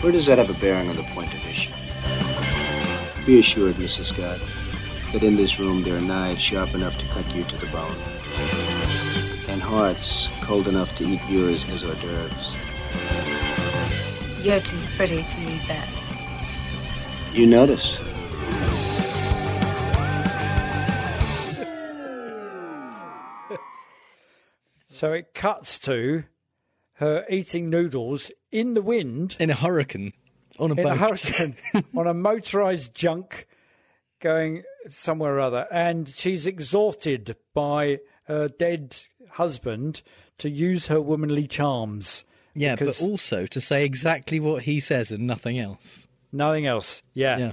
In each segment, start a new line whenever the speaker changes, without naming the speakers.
Where does that have a bearing on the point of issue? Be assured, Mrs. Scott, that in this room there are knives sharp enough to cut you to the bone, and hearts cold enough to eat yours as hors d'oeuvres.
You're too pretty to need that.
You notice.
So it cuts to her eating noodles in the wind
in a hurricane on a
in
boat.
a hurricane on a motorized junk going somewhere or other. And she's exhorted by her dead husband to use her womanly charms.
yeah,
because-
but also to say exactly what he says and nothing else.
Nothing else. Yeah.
Yeah.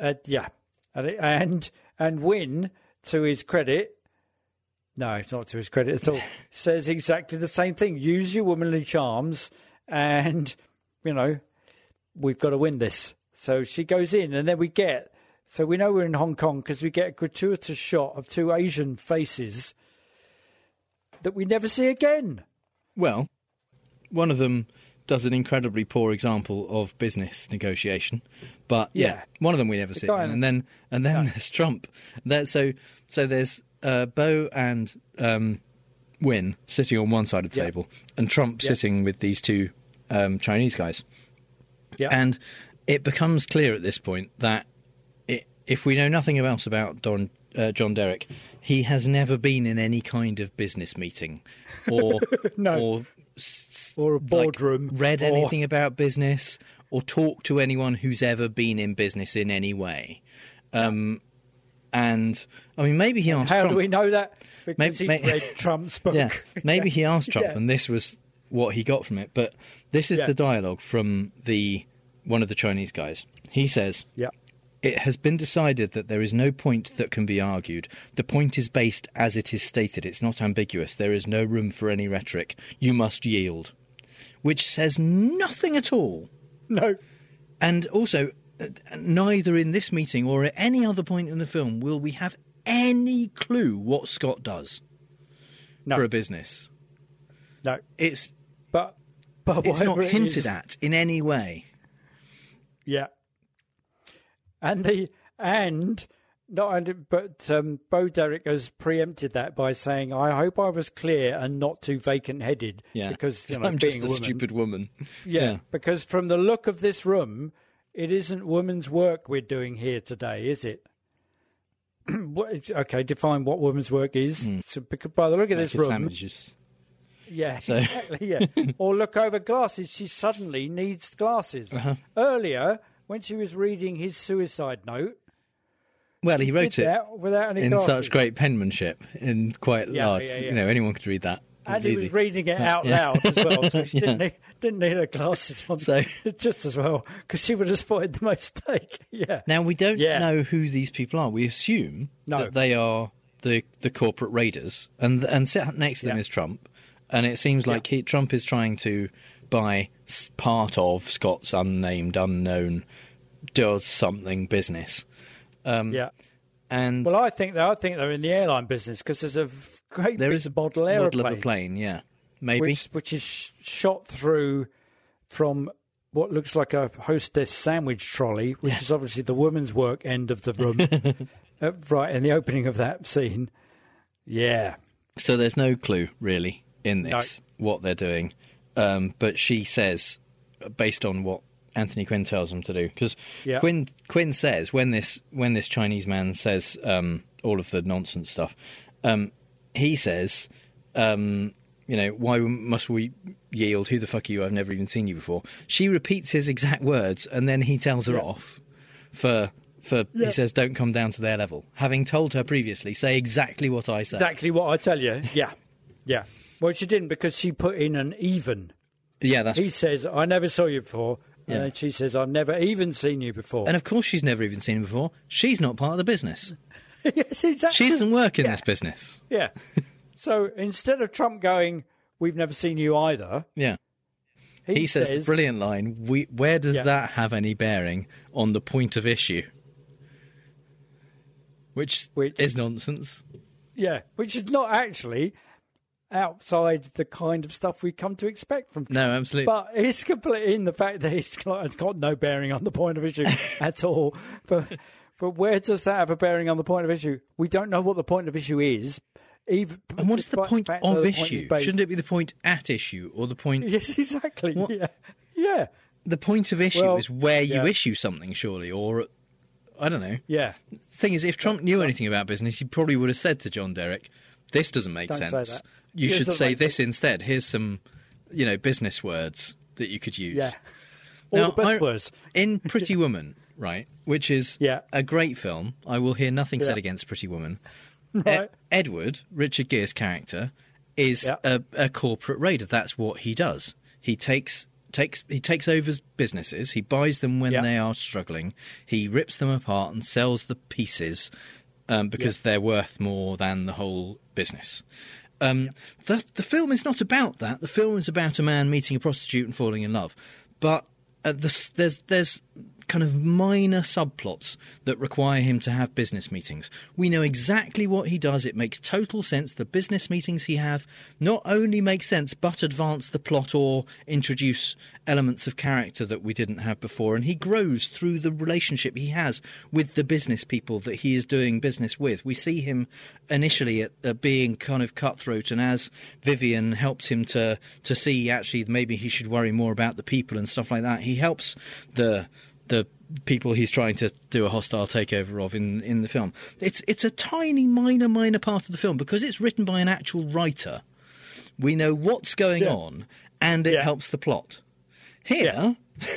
Uh, yeah. And, it- and and Wynne, to his credit, no, it's not to his credit at all, says exactly the same thing. Use your womanly charms, and you know, we've got to win this. So she goes in, and then we get. So we know we're in Hong Kong because we get a gratuitous shot of two Asian faces that we never see again.
Well, one of them does an incredibly poor example of business negotiation, but yeah,
Yeah.
one of them we never see,
guy in-
and then and then there's Trump. There, so so there's uh, Bo and um, Win sitting on one side of the
Yeah.
table, and Trump sitting with these two um, Chinese guys.
Yeah.
And it becomes clear at this point that i if we know nothing else about Don, uh, John Derrick, he has never been in any kind of business meeting or
No.
or, s-
Or a
like,
boardroom,
read
or-
anything about business or talked to anyone who's ever been in business in any way. Um, and I mean, maybe he asked
How
Trump,
do we know that? Because
may-
he read Trump's book.
yeah, maybe he asked Trump,
Yeah.
and this was what he got from it. But this is
Yeah.
the dialogue from the one of the Chinese guys. He says,
Yeah.
it has been decided that there is no point that can be argued. The point is based as it is stated. It's not ambiguous. There is no room for any rhetoric. You must yield. Which says nothing at all.
No.
And also, uh, neither in this meeting or at any other point in the film will we have any clue what Scott does
No.
for a business.
No.
It's,
But but
it's not
whatever it
hinted
is-
at in any way.
Yeah. And the and not only but um, Bo Derek has preempted that by saying, "I hope I was clear and not too vacant-headed."
Yeah.
Because you know,
I'm
being
just
a
a
woman-
stupid woman.
Yeah, Because from the look of this room, it isn't women's work we're doing here today, is it? what, okay, define what women's work is.
Hmm.
So, because by the look of this
Naked
room,
sandwiches.
Yeah, exactly. Yeah, or look over glasses. She suddenly needs glasses.
Uh-huh.
Earlier, when she was reading his suicide note,
Well, he wrote
did
it.
that without any
in
glasses,
such great penmanship and quite
Yeah,
large.
yeah, yeah.
You know, anyone could read that.
and
It's
he
easy. Uh,
was reading it out
yeah.
loud as well, so she didn't need, didn't need her glasses on.
So-
just as well, because she would have spotted the mistake. Yeah,
Now we don't
Yeah.
know who these people are. We assume
No.
that they are the the corporate raiders, and and sat next to them
Yeah.
is Trump, and it seems like he, Trump is trying to buy s- part of Scott's unnamed, unknown, does something business, Um,
yeah.
and
Well, I think they, I think they're in the airline business because there's a v- great
there
big
is a
model airplane,
model of a plane. Yeah, maybe.
which which is sh- shot through from what looks like a hostess sandwich trolley, which is obviously the woman's work end of the room, uh, right in the opening of that scene. Yeah,
So there's no clue really in this what they're doing, um, but she says, uh, based on what Anthony Quinn tells them to do, because
Yeah.
Quinn Quinn says when this when this Chinese man says um, all of the nonsense stuff, um, he says, um, you know, why must we yield? Who the fuck are you? I've never even seen you before. She repeats his exact words, and then he tells her off for. For he says, don't come down to their level. Having told her previously, say exactly what I say.
exactly what I tell you. Yeah, yeah. Well, she didn't because she put in an even.
yeah, that's
He says, "I never saw you before," and then she says, "I've never even seen you before."
And of course, she's never even seen him before. She's not part of the business.
yes, exactly.
She doesn't work in this business.
yeah. so instead of Trump going, "We've never seen you either,"
Yeah.
he,
He says, the brilliant line we, where does
Yeah.
that have any bearing on the point of issue? Which,
Which-
is nonsense.
Yeah, which is not actually. outside the kind of stuff we come to expect from
No, absolutely.
but it's complete in the fact that it's got, it's got no bearing on the point of issue at all. But but where does that have a bearing on the point of issue? We don't know what the point of issue is. Even,
and what is the
despite
point
fact that
of
the point is
issue?
based-
Shouldn't it be the point at issue or the point?
Yes, exactly.
What-
Yeah, yeah,
The point of issue
Well,
is where you
yeah.
issue something, surely, or I don't know.
yeah.
Thing is, if Trump knew anything about business, he probably would have said to John Derek, "This doesn't make
Don't say
sense.
that.
You
This
should
doesn't
say
make
this instead. Here's some, you know, business words that you could use."
Yeah. All
Now,
the best
I-
words.
in Pretty Woman, right, which is
Yeah.
a great film. I will hear nothing
Yeah.
said against Pretty Woman.
Right.
Edward, Richard Gere's character, is
Yeah.
a, a corporate raider. That's what he does. He takes takes he takes over businesses. He buys them when
Yeah.
they are struggling. He rips them apart and sells the pieces um, because they're worth more than the whole business. Um, the, the film is not about that. The film is about a man meeting a prostitute and falling in love. But uh, the, s- there's there's kind of minor subplots that require him to have business meetings. We know exactly what he does. It makes total sense. The business meetings he have not only make sense but advance the plot or introduce elements of character that we didn't have before and he grows through the relationship he has with the business people that he is doing business with. We see him initially at, at being kind of cutthroat and as Vivian helps him to to see actually maybe he should worry more about the people and stuff like that. He helps the the people he's trying to do a hostile takeover of in, in the film. It's it's a tiny minor minor part of the film because it's written by an actual writer. We know what's going
Yeah.
on and it
Yeah.
helps the plot. Here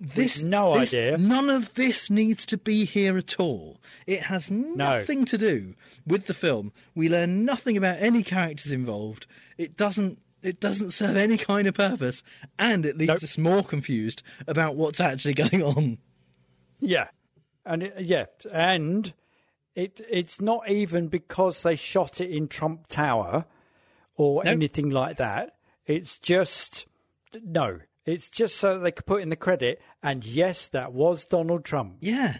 this
no
this-
idea.
None of this needs to be here at all. It has nothing to do with the film. We learn nothing about any characters involved. It doesn't. It doesn't serve any kind of purpose, and it leaves
Nope.
us more confused about what's actually going on.
Yeah, and it, yeah, and it it's not even because they shot it in Trump Tower or anything like that. It's just no. It's just so that they could put in the credit. And yes, that was Donald Trump.
Yeah,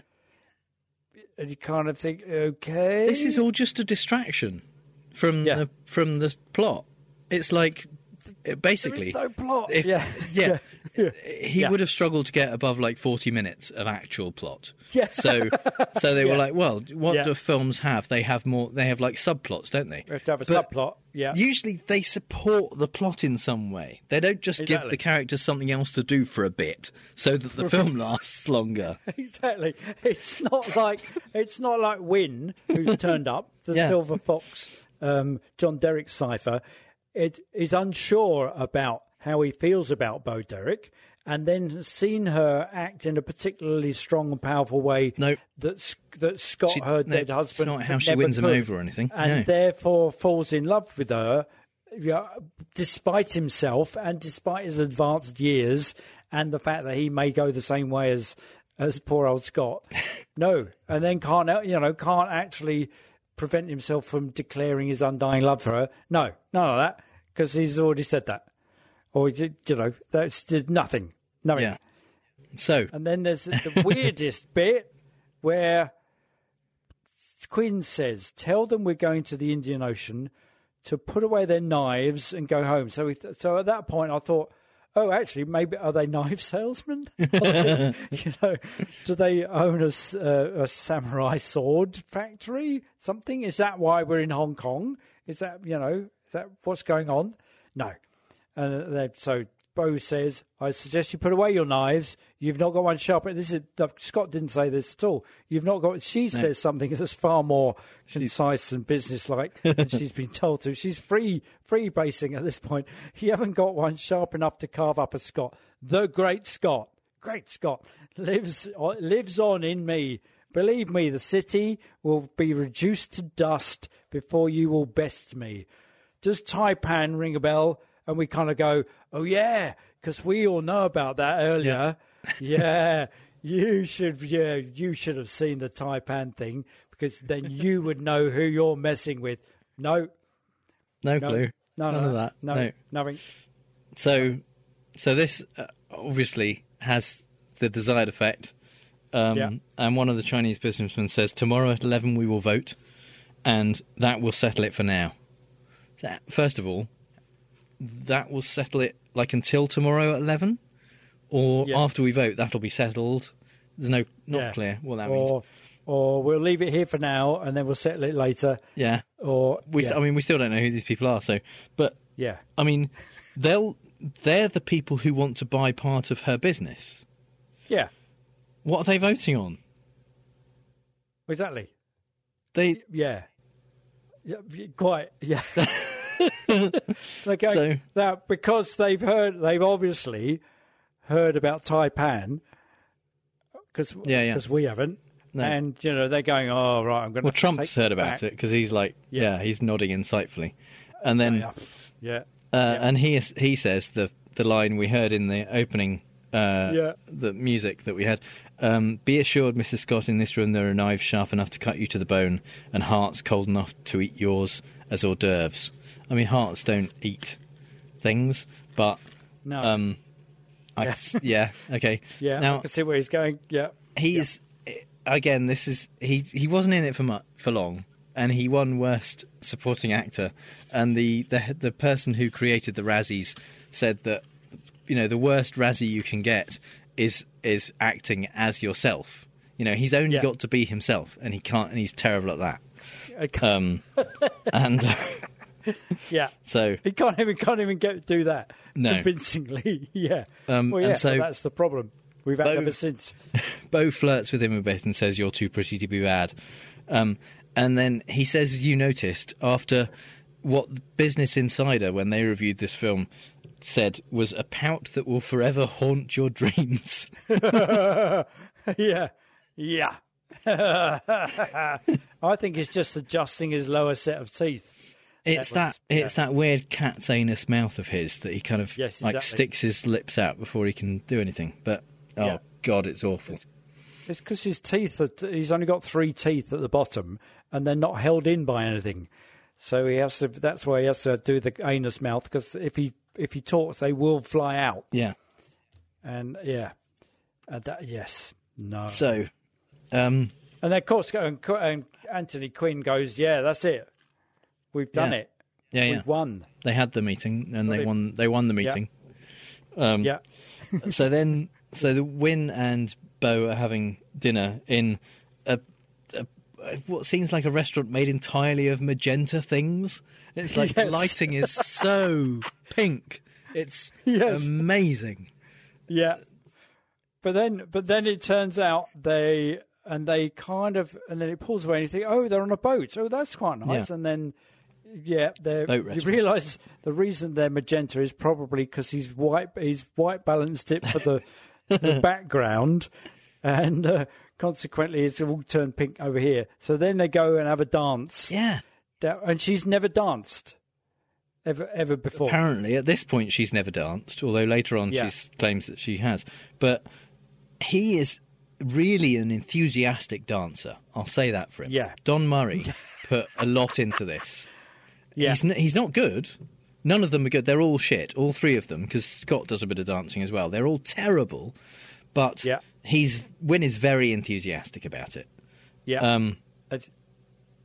And you kind of think, okay,
this is all just a distraction from
Yeah.
the from the plot. It's like it
there
basically
is no plot.
if-
yeah,
yeah, he
Yeah.
would have struggled to get above like 40 minutes of actual plot.
Yeah.
So so they were like, well, what
Yeah.
do films have? They have more they have like subplots, don't they?
We have to have a
But
subplot. Yeah,
Usually they support the plot in some way. They don't just give
Exactly.
the characters something else to do for a bit so that the film lasts longer.
exactly. It's not like it's not like Wynne, who's turned up, the
Yeah.
Silver Fox, um, John Derrick cipher. It is unsure about how he feels about Bo Derrick, and then has seen her act in a particularly strong and powerful way
No.
that s- that Scott,
She-
her
no,
dead husband,
it's not how
could
she
never
wins him
could,
over or anything.
and
No.
therefore falls in love with her, yeah, despite himself and despite his advanced years and the fact that he may go the same way as as poor old Scott. no, and then can't uh, you know can't actually prevent himself from declaring his undying love for her. No, none of that because he's already said that, or you you know that's just nothing, nothing.
Yeah. So
And then there's the weirdest bit where Quinn says, "Tell them we're going to the Indian Ocean to put away their knives and go home." So, we th- so at that point, I thought, "Oh, actually, maybe are they knife salesmen? you know, do they own a, s- uh, a samurai sword factory? Something? Is that why we're in Hong Kong? Is that you know is that what's going on? No." And then, so Bo says, I suggest you put away your knives. You've not got one sharp. This is Scott didn't say this at all. You've not got. She says something that's far more concise and businesslike than she's been told to. She's free, free basing at this point. You haven't got one sharp enough to carve up a Scott. The great Scott, great Scott lives on- lives on in me. Believe me, the city will be reduced to dust before you will best me does Taipan ring a bell? And we kind of go, oh yeah, because we all know about that earlier. yeah, you should, yeah, you should have seen the Taipan thing because then you would know who you're messing with. No,
no,
no,
clue.
no,
None
no,
of that.
No, nothing.
So, so this uh, obviously has the desired effect. Um,
Yeah.
And one of the Chinese businessmen says, "Tomorrow at eleven, we will vote, and that will settle it for now." So, first of all, that will settle it like until tomorrow at 11 or
Yeah.
after we vote that'll be settled there's no not
Yeah.
clear what that means
or or we'll leave it here for now and then we'll settle it later.
yeah
Or
we
yeah,
st- i mean we still don't know who these people are so but
yeah,
i mean they'll they're the people who want to buy part of her business
yeah,
what are they voting on
exactly.
they
Yeah, yeah, y- quite. Yeah. okay.
So-
Now, because they've heard, they've obviously heard about Taipan, because
Yeah, yeah.
we haven't. And you know they're going, oh right, I'm going.
well trump's heard about it because he's like yeah. he's nodding insightfully and then
Yeah,
Uh, and he is- he says the the line we heard in the opening uh,
Yeah.
the music that we had um, be assured mrs scott in this room there are knives sharp enough to cut you to the bone and hearts cold enough to eat yours as hors d'oeuvres i mean hearts don't eat things but
no,
um I, yeah okay
yeah. I
now
can see where he's going. Yeah,
he's again this is he he wasn't in it for mu for long and he won worst supporting actor and the, the the person who created the razzies said that you know the worst razzie you can get is is acting as yourself you know he's only
Yeah.
got to be himself and he can't and he's terrible at that
Okay.
um and uh,
yeah.
so
He can't even can't even get do that
Uh. No.
convincingly. yeah.
Um,
well,
and
yeah.
so-
but that's the problem we've had
Bo-
ever since.
Bo flirts with him a bit and says, "You're too pretty to be bad," um, and then he says, "You noticed after what Business Insider, when they reviewed this film, said was a pout that will forever haunt your dreams."
yeah, yeah. I think it's just adjusting his lower set of teeth.
It's that, it's that weird cat's anus mouth of his that he kind of
Yes,
like
exactly.
sticks his lips out before he can do anything. But oh
Yeah.
god, it's awful.
It's because his teeth. Are t- he's only got three teeth at the bottom, and they're not held in by anything. So he has to. That's why he has to do the anus mouth because if he if he talks, they will fly out.
yeah.
And yeah, and that yes, no.
So, um,
And then, of course, and, Qu- and Anthony Quinn goes, "Yeah, that's it. We've done
Yeah.
it.
yeah, yeah.
We've won.
They had the meeting and they
Brilliant.
won. They won the meeting. Um,
yeah,
so then, so the Win and Bo are having dinner in a, a what seems like a restaurant made entirely of magenta things. It's like the
Yes.
lighting is so pink. It's
Yes.
amazing.
yeah." But then, but then it turns out they and they kind of and then it pulls away and you think, "Oh, they're on a boat. Oh, that's quite nice."
Yeah.
And then, yeah, they
Boat
you
restaurant.
realise the reason they're magenta is probably because he's white. He's white balanced it for the the background, and uh, consequently, it's all turned pink over here. So then they go and have a dance.
Yeah.
Da- and she's never danced ever ever before.
Apparently, at this point, she's never danced, although later on
Yeah.
she claims that she has. But he is really an enthusiastic dancer. I'll say that for him.
Yeah.
Don Murray put a lot into this.
yeah,
He's, n- he's not good. None of them are good. They're all shit. All three of them, because Scott does a bit of dancing as well. They're all terrible. But
Yeah.
he's Win is very enthusiastic about it.
yeah.
Um,
And-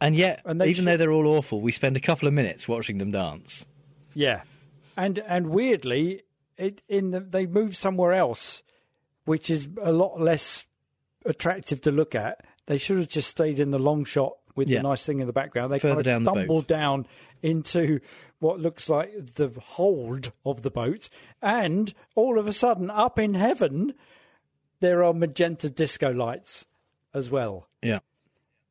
and yet,
And they
even
sh-
though they're all awful, we spend a couple of minutes watching them dance.
yeah, and and weirdly, it in the, they move somewhere else, which is a lot less attractive to look at. They should have just stayed in the long shot with
Yeah.
the nice thing in the background. They
Further
kind of
down the boat.
stumbled down into what looks like the hold of the boat, and all of a sudden, up in heaven, there are magenta disco lights as well.
Yeah.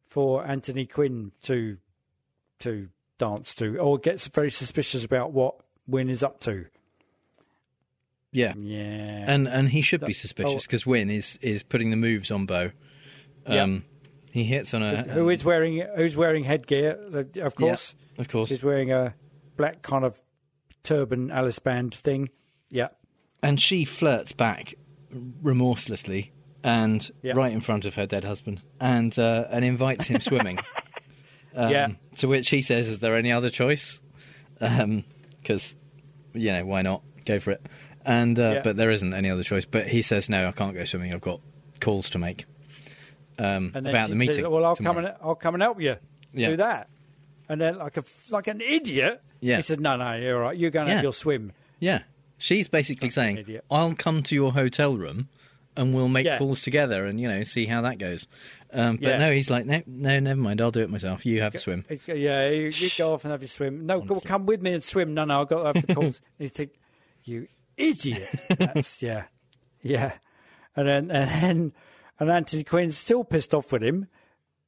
for Anthony Quinn to to dance to, or gets very suspicious about what Wynn is up to.
Yeah.
Yeah, oh.
And and he should be suspicious because Win is is putting the moves on Bo. Um, He hits on a
who is wearing who's wearing headgear? uh, Of
yeah,
course,
of course,
she's wearing a black kind of turban Alice band thing. Yeah,
and she flirts back remorselessly and
Yeah.
right in front of her dead husband and uh, and invites him swimming. Um,
Yeah.
To which he says, "Is there any other choice?" Because you know why not go for it. And uh,
Yeah.
but there isn't any other choice. But he says, "No, I can't go swimming. I've got calls to make." Um,
and then
about
she
the
says,
meeting.
well, I'll
tomorrow."
come and I'll come and help you
Yeah.
do that. And then, like a like an idiot,
Yeah.
He said, no, no, you're all right. You're going to
Yeah.
have your swim.
Yeah. She's basically saying,
idiot.
I'll come to your hotel room and we'll make
Yeah.
calls together and, you know, see how that goes. Um, but
Yeah.
no, he's like, no, no, never mind. I'll do it myself. You have a swim.
He's go- uh, Yeah, you, you go off and have your swim. No, go, come with me and swim. No, no, I've got to have the calls. and you think, you idiot. That's, yeah. Yeah. And then, and then, and Anthony Quinn's still pissed off with him,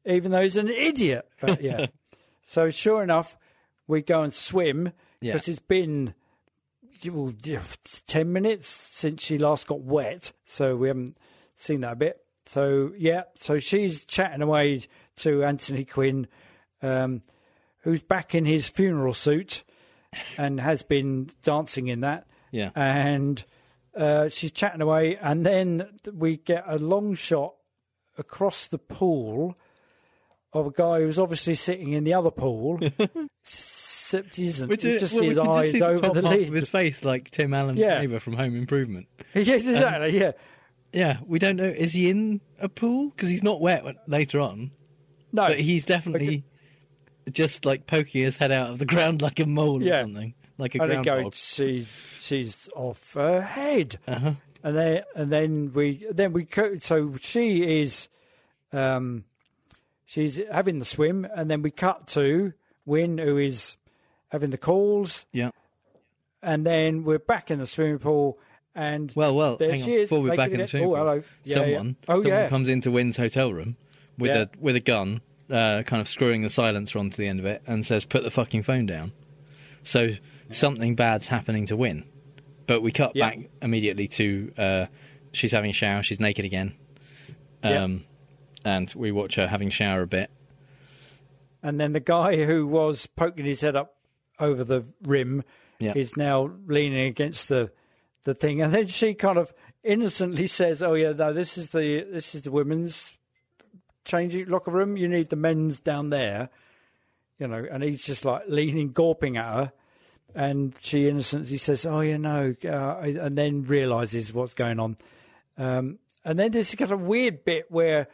even though he's an idiot. But yeah. so sure enough, we go and swim
Yeah.
because it's been well, 10 minutes since she last got wet. So we haven't seen that a bit. So yeah. So she's chatting away to Anthony Quinn, um, who's back in his funeral suit and has been dancing in that
Yeah.
and uh, she's chatting away, and then we get a long shot across the pool of a guy who's obviously sitting in the other pool, except he isn't.
Which
You
is-
just
well,
see his
can just
eyes
see the
over
top
the
half
lead.
of his face, like Tim Allen's
Yeah.
neighbour from Home Improvement.
yes, exactly. yeah,
Yeah, we don't know. Is he in a pool? Because he's not wet when- later on,
no,
but he's definitely just like poking his head out of the ground like a mole or
Yeah.
something, like a
and then go,
groundhog.
she's she's off her head, and then and then we then we co- so she is, um, she's having the swim, and then we cut to Win who is having the calls,
Yeah.
and then we're back in the swimming pool, and
Well, well,
there
hang on.
she is,
Before we're back
making
in the
it-
swimming
oh,
pool,
hello. Yeah, yeah.
someone,
Oh,
someone
yeah.
comes into Wynn's hotel room with
Yeah.
a with a gun, uh, kind of screwing the silencer onto the end of it, and says, "Put the fucking phone down." So something bad's happening to Wynn, but we cut
Yeah.
back immediately to uh, she's having a shower. She's naked again,
Yeah.
um, and we watch her having a shower a bit.
And then the guy who was poking his head up over the rim
Yeah.
is now leaning against the the thing. And then she kind of innocently says, "Oh yeah, no, this is the this is the women's changing locker room. You need the men's down there." You know, and he's just like leaning, gawping at her, and she innocently says, "Oh yeah, no," uh, and then realizes what's going on. Um, and then there's kind of weird bit where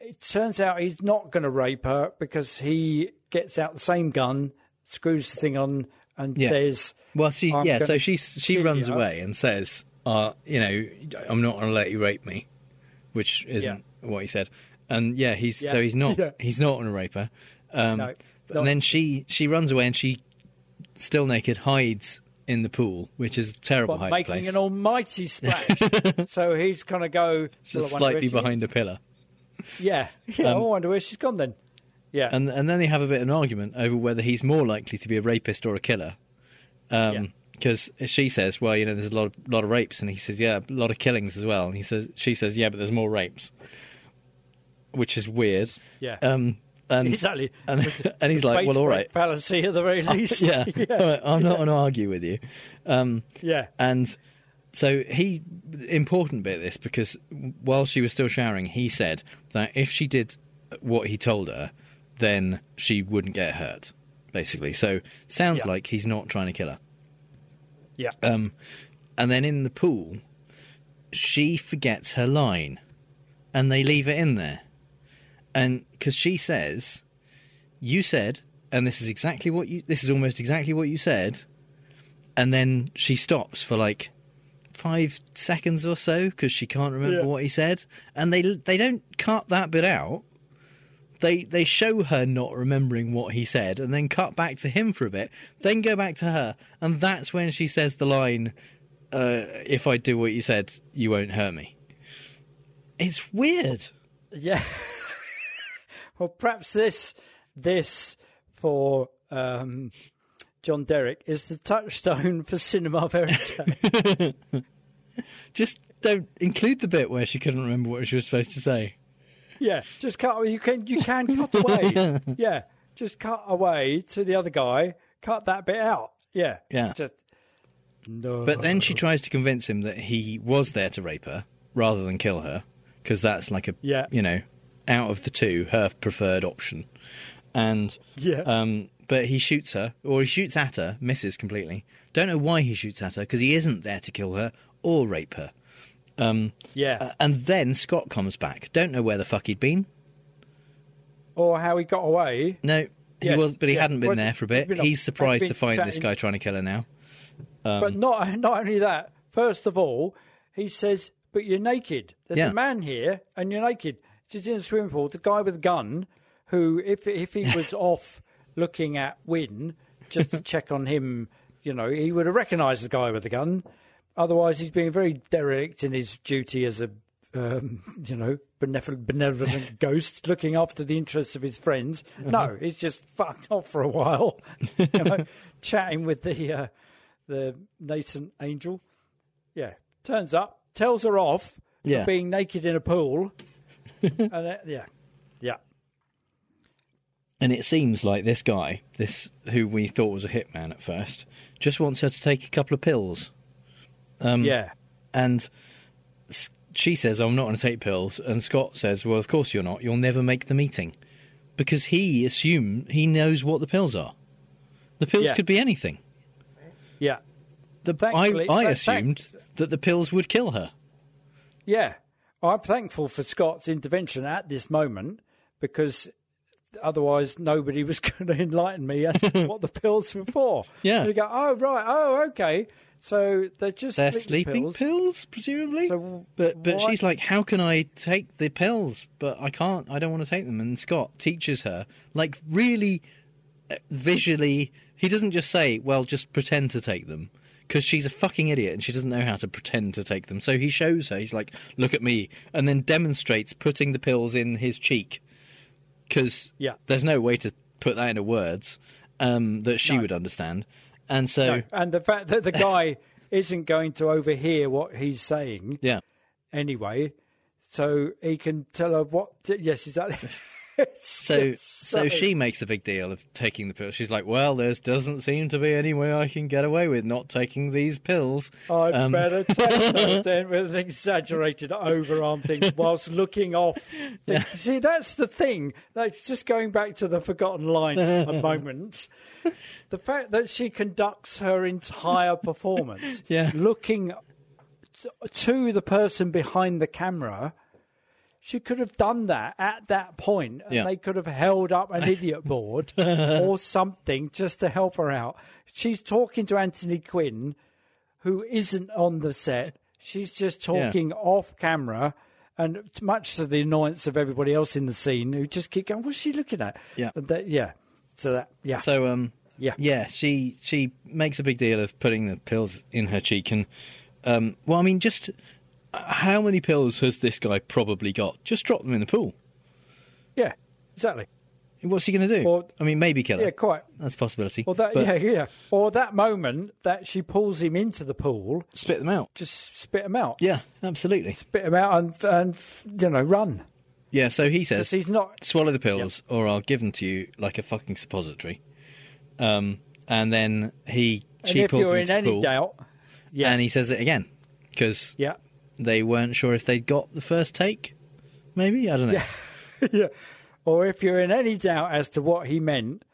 it turns out he's not going to rape her because he gets out the same gun, screws the thing on, and
Yeah.
says,
Well, she
I'm
yeah,
gonna
so she she
kill
runs
ya.
away and says, "Uh, you know, I'm not going to let you rape me," which isn't what he said. And yeah, he's so
Yeah.
he's not
Yeah.
he's not going to rape her. Um,
No,
but-
not-
and then she she runs away and she still naked hides in the pool, which is a terrible
but
hiding
making
place.
an almighty splash. so he's going to go
Just
"Well, I wonder where
slightly
she is."
behind a pillar.
Yeah, yeah. I wonder where she's gone then. Yeah,
And and then they have a bit of an argument over whether he's more likely to be a rapist or a killer.
Yeah.
Because Um, she says, well, you know, there's a lot of, lot of rapes, and he says, yeah, a lot of killings as well. And he says, she says, yeah, but there's more rapes, which is weird.
Yeah.
Um. And,
exactly.
And, and he's like,
Bait
well, all
for
right.
fallacy at the very least.
Yeah.
yeah,
All right, I'm not going to argue with you. Um.
yeah.
And so he important bit of this because while she was still showering, he said that if she did what he told her, then she wouldn't get hurt. Basically, so sounds
Yeah.
like he's not trying to kill her.
Yeah.
Um, and then in the pool, she forgets her line, and they leave it in there, and because she says, "You said," and this is exactly what you. This is almost exactly what you said, and then she stops for like five seconds or so because she can't remember
Yeah.
what he said, and they they don't cut that bit out. They they show her not remembering what he said, and then cut back to him for a bit, then go back to her, and that's when she says the line, uh, "If I do what you said, you won't hurt me." It's weird.
Yeah. well, perhaps this this for um, John Derrick is the touchstone for cinema verite.
Just don't include the bit where she couldn't remember what she was supposed to say.
yeah, just cut. You can you can cut away. yeah, just cut away to the other guy. Cut that bit out. Yeah.
Yeah.
Just, no.
But then she tries to convince him that he was there to rape her rather than kill her, because that's like a
Yeah.
you know, out of the two, her preferred option. And
Yeah.
um, but he shoots her, or he shoots at her, misses completely. Don't know why he shoots at her because he isn't there to kill her or rape her.
yeah.
Uh, and then Scott comes back. Don't know where the fuck he'd been.
or how he got away.
No, He
Yes,
was, but he
yeah.
hadn't been
Well,
there for a
he'd
bit.
been-
He's surprised
he'd
to
been
find this
chatting-
guy trying to kill her now.
but not not only that. First of all, he says, "But you're naked. There's
Yeah.
a man here, and you're naked. She's in a swimming pool. The guy with a gun, who if if he was off looking at Win just to check on him, you know, he would have recognised the guy with the gun. Otherwise, he's being very derelict in his duty as a, um, you know, benevolent, benevolent ghost looking after the interests of his friends. No, he's just fucked off for a while, you know, chatting with the uh, the nascent angel. Yeah, turns up, tells her off
Yeah.
for being naked in a pool, and uh, yeah, yeah,
And it seems like this guy, this who we thought was a hitman at first, just wants her to take a couple of pills. Um,
yeah,
And s- she says, "I'm not going to take pills." And Scott says, "Well, of course you're not. You'll never make the meeting," because he assume he knows what the pills are. The pills
Yeah.
could be anything.
yeah,
The, I,
Thankfully-
I
thank-
assumed that the pills would kill her.
yeah. I'm thankful for Scott's intervention at this moment because otherwise nobody was going to enlighten me as to what the pills were for.
Yeah.
you go, oh right, oh okay. So they're just
They're sleeping pills,
pills.
presumably.
So
but but
why-
she's like, "How can I take the pills? But I can't. I don't want to take them." And Scott teaches her, like, really uh, visually. He doesn't just say, "Well, just pretend to take them," because she's a fucking idiot and she doesn't know how to pretend to take them. So he shows her. He's like, "Look at me," and then demonstrates putting the pills in his cheek, because
Yeah.
there's no way to put that into words um, that she would understand. And so,
No, and the fact that the guy isn't going to overhear what he's saying
yeah.
anyway, so he can tell her what. Yes, exactly. It's
So,
just
so she makes a big deal of taking the pills. She's like, "Well, there doesn't seem to be any way I can get away with not taking these pills."
I
Um,
better take those in with an exaggerated overarm thing whilst looking off. See, that's the thing. That's just going back to the forgotten line a moment. The fact that she conducts her entire performance
Yeah.
looking to the person behind the camera. She could have done that at that point, and
Yeah.
they could have held up an idiot board or something just to help her out. She's talking to Anthony Quinn, who isn't on the set. She's just talking off camera, and much to the annoyance of everybody else in the scene, who just keep going, "What's she looking at?"
Yeah.
And that- yeah. So that, yeah,
So, um,
Yeah.
yeah, she she makes a big deal of putting the pills in her cheek, and um, well, I mean, just uh, how many pills has this guy probably got? Just drop them in the pool.
yeah, exactly.
What's he going to do?
Well,
I mean, maybe kill her.
Yeah, quite.
That's a possibility.
Or that,
But
yeah, yeah. Or that moment that she pulls him into the pool,
spit them out.
just spit him out,
Yeah, absolutely.
spit him out, and and you know, run.
Yeah. So he says
'Cause he's not
swallow the pills or I'll give them to you like a fucking suppository. Um, and then he
And
she
if
pulls him
you're in
into the
any
pool,
doubt, yeah,
and he says it again because
yeah,
they weren't sure if they'd got the first take. Maybe I don't know.
yeah. Or if you're in any doubt as to what he meant,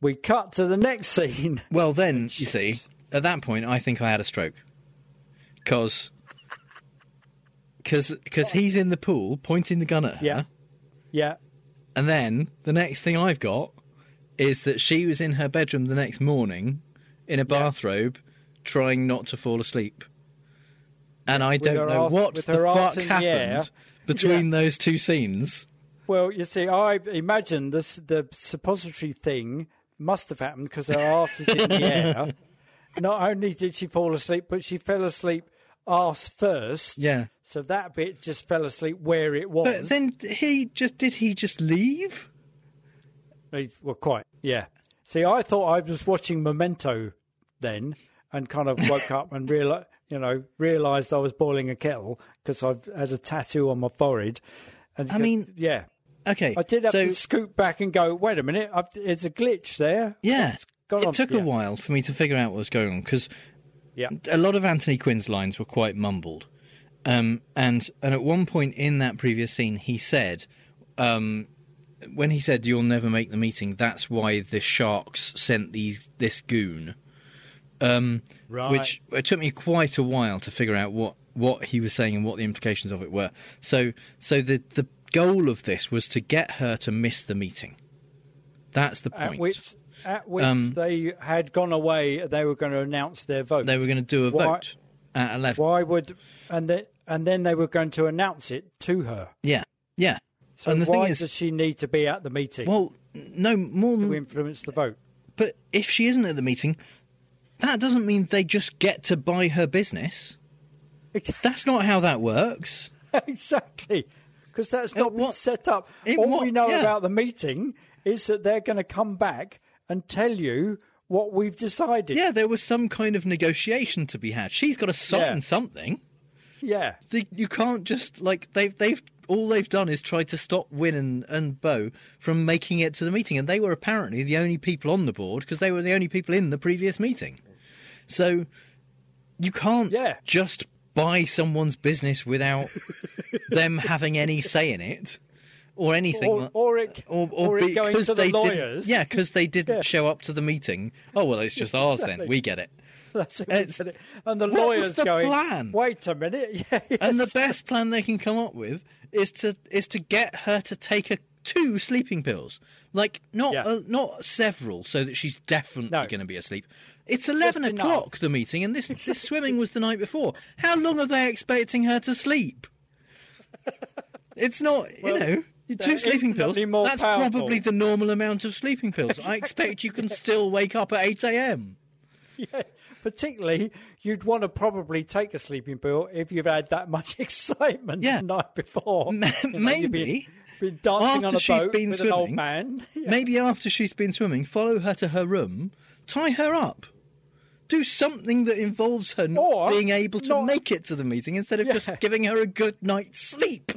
we cut to the next scene.
Well, then you see, at that point, I think I had a stroke because because he's in the pool pointing the gun at her,
Yeah. Yeah,
and then the next thing I've got is that she was in her bedroom the next morning in a bathrobe, trying not to fall asleep. And I
her
don't know
arse-
what the
with her arse
fuck
in the air.
happened between those two scenes.
Well, you see, I imagine this, the suppository thing must have happened because her arse is in the air. Not only did she fall asleep, but she fell asleep arse first.
Yeah.
So that bit just fell asleep where it was.
But then he just did he just leave?
They were quite, yeah. See, I thought I was watching Memento then, and kind of woke up and real, you know, realised I was boiling a kettle because I've had a tattoo on my forehead. And
I mean-
yeah,
Okay.
I did have
so
to scoop back and go. Wait a minute, I've, it's a glitch there.
yeah.
What's gone
it
on?"
took
Yeah,
a while for me to figure out what was going on because
Yeah,
a lot of Anthony Quinn's lines were quite mumbled. Um, and and at one point in that previous scene, he said, um, when he said, "You'll never make the meeting," that's why the sharks sent these this goon.
right.
Which it took me quite a while to figure out what what he was saying and what the implications of it were. So so the the goal of this was to get her to miss the meeting. That's the point. Um,
At which, at which they had gone away. They were going to announce their vote.
They were going to do a
Why-
vote at 11.
Why would and then and then they were going to announce it to her.
Yeah, yeah.
So
and the
why
thing is,
does she need to be at the meeting
well, no, more
to
than.
influence the vote?
But if she isn't at the meeting, that doesn't mean they just get to buy her business. That's not how that works.
exactly, because that's not been
what-
set up.
it
All
what-
we know
yeah.
about the meeting is that they're going to come back and tell you what we've decided.
Yeah, there was some kind of negotiation to be had. She's got to sign
Yeah.
something.
yeah.
They- You can't just like they've they've all they've done is tried to stop Win and, and Bo from making it to the meeting, and they were apparently the only people on the board because they were the only people in the previous meeting. So you can't
Yeah.
just buy someone's business without them having any say in it or anything.
Or,
like-
or it,
or, or,
it going
because
to the
they didn't-
lawyers.
yeah, because they didn't
Yeah.
show up to the meeting. Oh well, it's just ours then. We get it.
That's it.
It's-
and the
what was
lawyers
the
going.
plan?
Wait a minute. Yeah,
And the best plan they can come up with is to is to get her to take a, two sleeping pills, like not
Yeah.
uh, not several, so that she's definitely
No.
going to be asleep. It's eleven
enough.
o'clock the meeting, and this this swimming was the night before. How long are they expecting her to sleep? It's not you know. Two sleeping pills.
infinitely more
That's
powerful.
probably the normal amount of sleeping pills. I expect you can still wake up at eight a.m.
Particularly, you'd want to probably take a sleeping pill if you've had that much excitement
Yeah.
the night before. you've
maybe.
Been, been dancing on
After
a
she's
boat
been
with an old
swimming.
man. Yeah.
Maybe after she's been swimming, follow her to her room, tie her up. Do something that involves her not
Or
being able to
not-
make it to the meeting instead of just giving her a good night's sleep.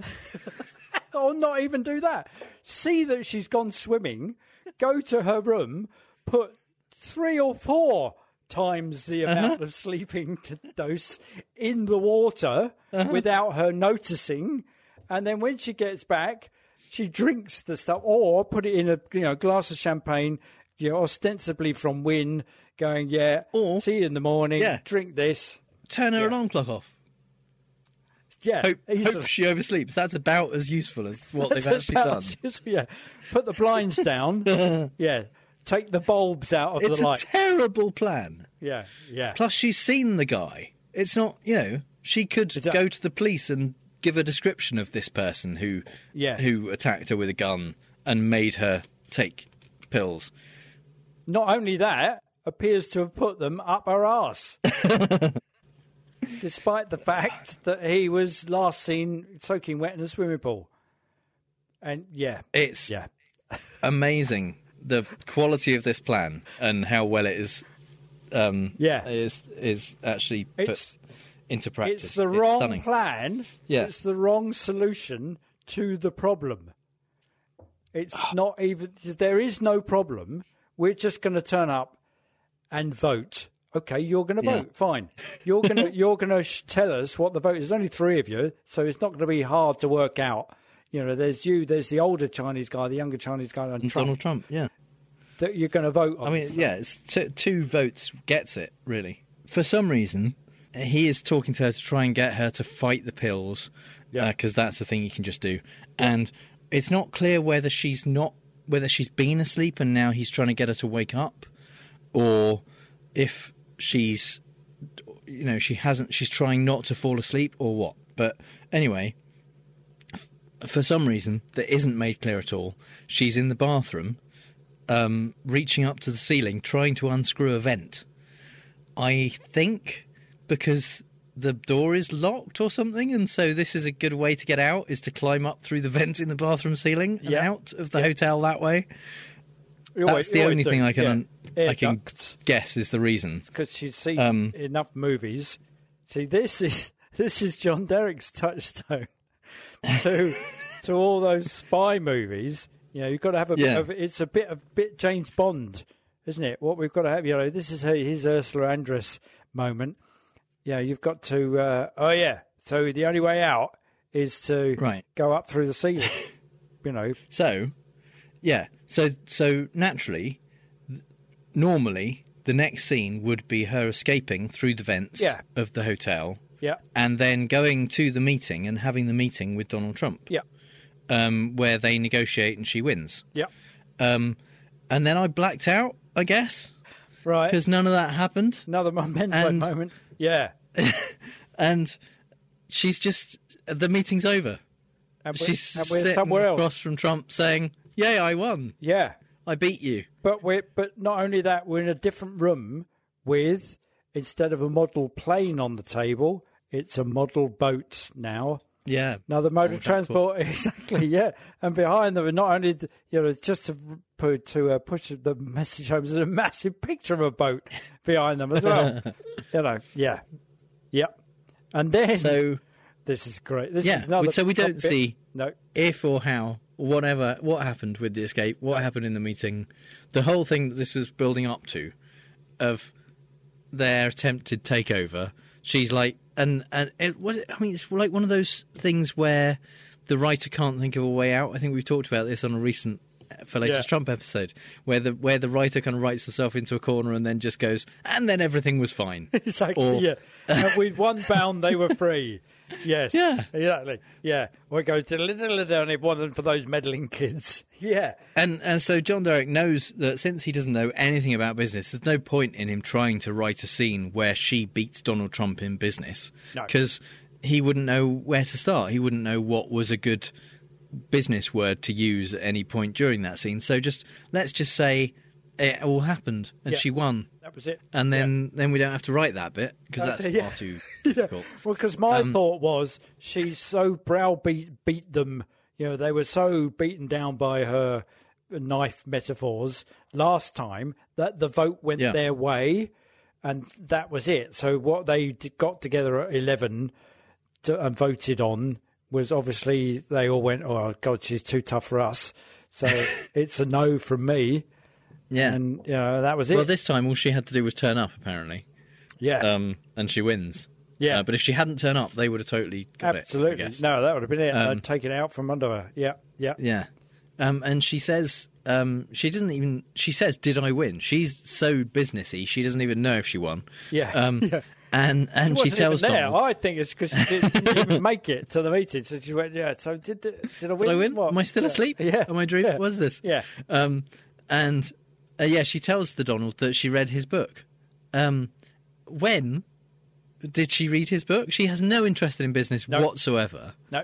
Or not even do that. See that she's gone swimming, go to her room, put three or four times the
Uh-huh.
amount of sleeping t- dose in the water
Uh-huh.
without her noticing. And then when she gets back, she drinks the stuff or put it in a you know glass of champagne, you know, ostensibly from Wynn, going, yeah,
Or-
see you in the morning,
yeah.
drink this.
Turn her alarm clock off.
Yeah,
Hope,
easily.
hope she oversleeps. That's about as useful as what they've
That's
actually
about-
done.
yeah, put the blinds down. yeah, take the bulbs out of
It's
the
a
light.
terrible plan.
yeah, yeah.
Plus, she's seen the guy. It's not, you know, she could
that-
go to the police and give a description of this person who,
Yeah.
who attacked her with a gun and made her take pills.
Not only that, appears to have put them up her ass. Despite the fact that he was last seen soaking wet in a swimming pool. And yeah,
It's
yeah.
amazing the quality of this plan and how well it is. Um,
Yeah.
is is actually put
It's-
into practice.
It's the wrong
stunning.
plan.
Yeah.
It's the wrong solution to the problem. It's
Ah.
not even. There is no problem. We're just going to turn up and vote. Okay, you're going to
Yeah.
vote. Fine. You're going to you're going to sh- tell us what the vote is. There's only three of you, so it's not going to be hard to work out. You know, there's you, there's the older Chinese guy, the younger Chinese guy, and Trump
Donald Trump. Yeah,
that you're going to vote on.
I mean, yeah, it's t- two votes gets it really. For some reason, he is talking to her to try and get her to fight the pills
Yeah.
because that's the thing you can just do. And it's not clear whether she's not whether she's been asleep and now he's trying to get her to wake up, or if she's you know she hasn't she's trying not to fall asleep or what. But anyway, f- for some reason that isn't made clear at all, she's in the bathroom um, reaching up to the ceiling, trying to unscrew a vent. I think because the door is locked or something, and so this is a good way to get out is to climb up through the vent in the bathroom ceiling and
Yeah.
out of the hotel that way.
You always-
That's the
you always
only
do,
thing I can
yeah.
un-
Air
I can
ducts.
guess is the reason.
because she's seen
Um,
enough movies. See, this is this is John Derrick's touchstone to to all those spy movies. You know, you've got to have a bit
Yeah.
of it's a bit of bit James Bond, isn't it? What we've got to have, you know, this is her, his Ursula Andress moment. Yeah, you've got to. Uh, oh yeah, so the only way out is to
Right.
go up through the ceiling. you know,
So, yeah. So so naturally, th- normally the next scene would be her escaping through the vents
Yeah.
of the hotel
yeah,
and then going to the meeting and having the meeting with Donald Trump.
yeah,
um, where they negotiate and she wins.
yeah,
and then I blacked out, I guess,
Right.
because none of that happened.
Another memento
And-
moment. Yeah.
And she's just the meeting's over.
And we're,
She's
and we're
sitting
somewhere else.
across from Trump saying, "Yay, I won!
Yeah.
I beat you."
But we're but not only that, we're in a different room with instead of a model plane on the table, it's a model boat now.
Yeah.
Another mode of transport, exactly, yeah. And behind them, and not only th- you know, just to put to uh, push the message home, there's a massive picture of a boat behind them as well. you know, yeah, yep. And then
So
this is great. This
Yeah,
is another
so we don't
topic.
see-
no.
if or how, whatever, what happened with the escape, what happened in the meeting, the whole thing that this was building up to, of their attempted takeover. She's like, and and it was. I mean, it's like one of those things where the writer can't think of a way out. I think we've talked about this on a recent Fallacious
Yeah.
Trump episode, where the where the writer kind of writes himself into a corner and then just goes, and then everything was fine.
Exactly.
Or-
yeah. and with one bound, they were free. Yes.
Yeah.
Exactly. Yeah. We're going to little down if one for those meddling kids. Yeah.
And and so John Derek knows that since he doesn't know anything about business, there's no point in him trying to write a scene where she beats Donald Trump in business
No.
because he wouldn't know where to start. He wouldn't know what was a good business word to use at any point during that scene. So just let's just say it all happened and
Yeah.
she won,
That was it.
and then then we don't have to write that bit because
That's
that's
it, yeah.
far too difficult.
Well, because my
Um,
thought was she's so browbeat beat them. You know, they were so beaten down by her knife metaphors last time that the vote went
Yeah.
their way, and that was it. So what they d- got together at eleven to, and voted on was obviously they all went, "Oh God, she's too tough for us." So it's a no from me,
Yeah.
and you know that was it.
well, this time all she had to do was turn up apparently.
yeah,
um, and she wins.
Yeah.
Uh, but if she hadn't turned up, they would have totally got it. I
absolutely.
guess. Um,
No, that would have been it. I'd taken it out from under her. Yeah, yeah.
Yeah. Um, and she says um, she doesn't even. She says, "Did I win?" She's so businessy. She doesn't even know if she won.
Yeah,
Um,
yeah.
And and
wasn't
she,
even
tells
there.
Donald,
I think it's because she didn't even make it to the meeting. So she went, yeah. So did the, did I win?
"Did I win?
What?
Am I still
Yeah.
asleep?
Yeah.
Am I dreaming?
Yeah.
What is this?"
Yeah.
Um, and uh, yeah, she tells the Donald that she read his book. Um, when did she read his book? She has no interest in business whatsoever.
No.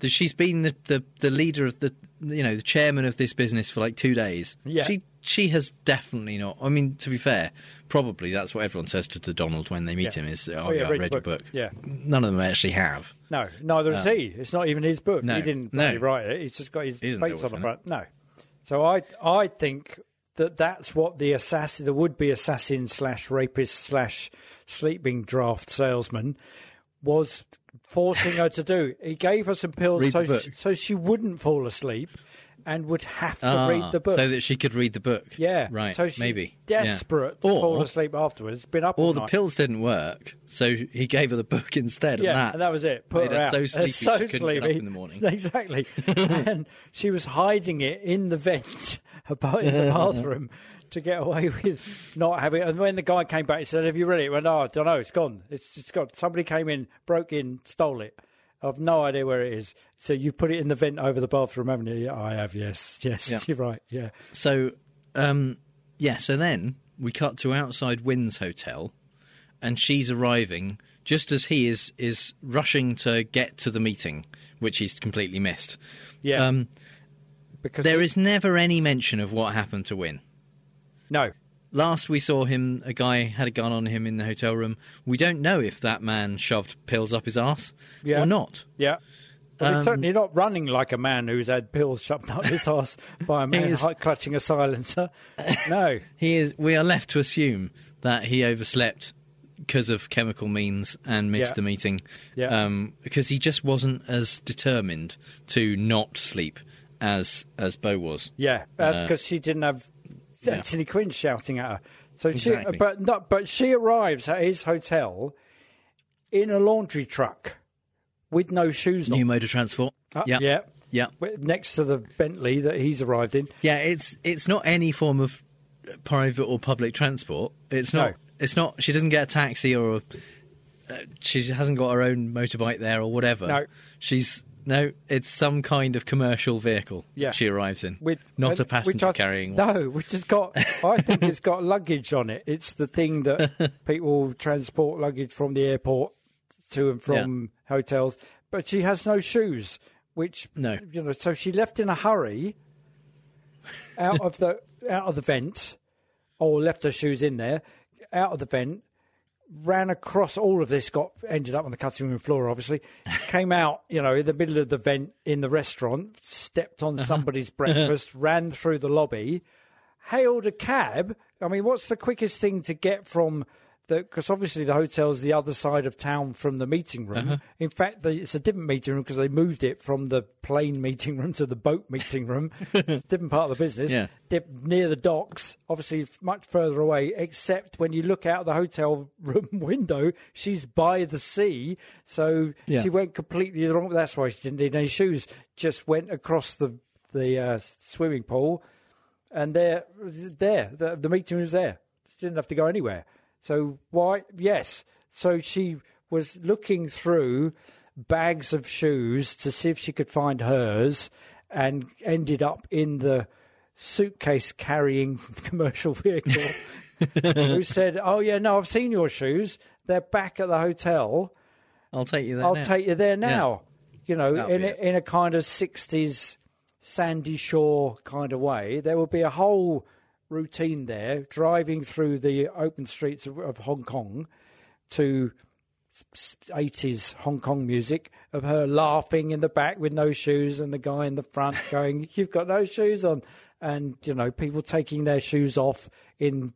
that she's been the, the, the leader of the you know the chairman of this business for like two days.
Yeah.
She she has definitely not. I mean, to be fair, probably that's what everyone says to, to Donald when they meet
Yeah.
him is, "Oh,
Oh, yeah,
yeah, I
read
read,
your
your
book."
book."
Yeah.
None of them actually have.
No, neither is he. It's not even his book.
No,
he didn't
no.
bloody write it. He's just got his
He
face
doesn't know
on
what's
the
in
front. No. So I I think that that's what the assassin, the would be assassin slash rapist slash sleeping draft salesman, was forcing her to do. He gave her some pills
Read
so
the
she,
book.
so she wouldn't fall asleep and would have to
Ah,
read the book.
so that she could read the book.
Yeah.
Right.
So she's
maybe Yeah.
desperate to
or,
fall asleep afterwards. Been up all
Or the
night.
pills didn't work, so he gave her the book instead.
Yeah,
and that,
and that was it. Put
made
her out.
So
Uh,
sleepy,
so
she couldn't get up
sleepy.
in the morning.
Exactly. and she was hiding it in the vent about in the bathroom to get away with not having. And when the guy came back, he said, "Have you read it?" He went, "Oh, I don't know. It's gone. It's just gone. Somebody came in, broke in, stole it." I've no idea where it is. So you put it in the vent over the bathroom, haven't you? Yeah, I have. Yes, yes,
Yeah.
you're right. Yeah,
So, um, yeah, so then we cut to outside Wynn's hotel, and she's arriving just as he is is rushing to get to the meeting, which he's completely missed.
yeah.
Um,
because
there is never any mention of what happened to Wynn.
no,
Last we saw him, a guy had a gun on him in the hotel room. We don't know if that man shoved pills up his ass
Yeah.
or not.
Yeah. But he's
Um,
certainly not running like a man who's had pills shoved up his ass by a man
is-
hi- clutching a silencer. No.
He is. We are left to assume that he overslept because of chemical means and missed
Yeah.
the meeting.
Yeah.
Um, because he just wasn't as determined to not sleep as as Bo was.
Yeah. Because she didn't have
yeah.
Anthony Quinn shouting at her. So she, uh,
Exactly.
but not, but she arrives at his hotel in a laundry truck with no shoes
New
on.
mode of transport.
Uh,
yeah.
yeah.
Yeah.
With- Next to the Bentley that he's arrived in.
Yeah. It's it's not any form of private or public transport. It's
No.
not. It's not. She doesn't get a taxi or a. Uh, she hasn't got her own motorbike there or whatever.
No.
She's No, it's some kind of commercial vehicle
Yeah.
she arrives in.
With,
Not
and-
a passenger
which I-
carrying one.
No, which has got, I think it's got luggage on it. It's the thing that people transport luggage from the airport to and from hotels. But she has no shoes, which,
No.
you know, so she left in a hurry out of the out of the vent, or left her shoes in there, out of the vent, ran across all of this, got ended up on the cutting room floor, obviously, came out, you know, in the middle of the vent in the restaurant, stepped on somebody's breakfast, ran through the lobby, hailed a cab. I mean, what's the quickest thing to get from the? Because obviously the hotel's the other side of town from the meeting room. In fact, the, it's a different meeting room because they moved it from the plane meeting room to the boat meeting room, different part of the business.
Yeah.
Dip, near the docks, obviously f- much further away. Except when you look out the hotel room window, she's by the sea, so
Yeah.
she went completely wrong. That's why she didn't need any shoes. Just went across the the uh, swimming pool and there, there, the, the meeting was there. She didn't have to go anywhere. So why? Yes. So she was looking through bags of shoes to see if she could find hers, and ended up in the suitcase carrying commercial vehicle. who said, "Oh yeah, no, I've seen your shoes. They're back at the hotel.
I'll take you there.
I'll
now.
take you there now." You know,
That'll
in
be
a,
it.
in a kind of sixties Sandy Shore kind of way. There will be a whole routine there, driving through the open streets of, of Hong Kong to eighties Hong Kong music of her laughing in the back with no shoes and the guy in the front going, "You've got no shoes on," and you know people taking their shoes off in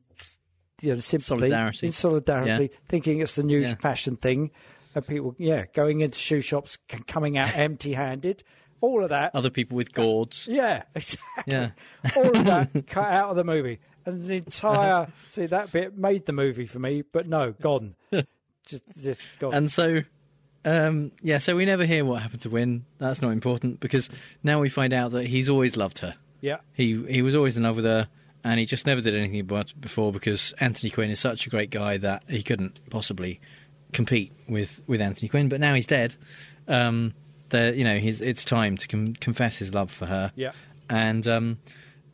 you know, sympathy,
Solidarity.
in solidarity, thinking it's the new
Yeah.
fashion thing, and people, yeah, going into shoe shops, c- coming out empty-handed, all of that.
Other people with gourds.
Yeah, exactly.
Oh. Yeah.
All of that cut out of the movie. And the entire see that bit made the movie for me, but no, gone. just, just gone.
And so, um, yeah, so we never hear what happened to Win. That's not important because now we find out that he's always loved her.
yeah.
He he was always in love with her, and he just never did anything about it before because Anthony Quinn is such a great guy that he couldn't possibly compete with, with Anthony Quinn. But now he's dead. Um, there, you know, he's, it's time to com- confess his love for her.
Yeah.
and um,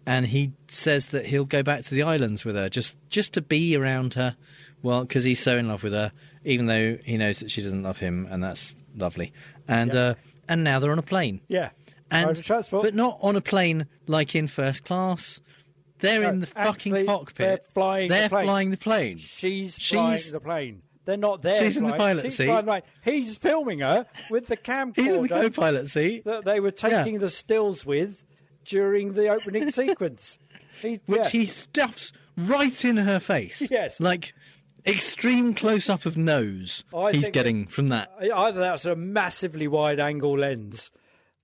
and he says that he'll go back to the islands with her just just to be around her. Well, because he's so in love with her, even though he knows that she doesn't love him, and that's lovely. And
Yeah.
uh, and now they're on a plane.
Yeah.
And,
Private transport.
but not on a plane like in first class. They're
No,
in the
actually,
fucking cockpit.
they're flying the
They're
plane.
flying the plane.
She's,
She's-
flying the plane. They're not there.
She's in the
flying.
pilot
She's
seat.
flying the plane. He's filming her with the
He's in the
camcorder
co-pilot seat,
that they were taking
Yeah.
the stills with during the opening sequence. He,
which
yeah.
he stuffs right in her face.
Yes.
like extreme close-up of nose.
I
he's
think-
getting from that.
either that's a massively wide angle lens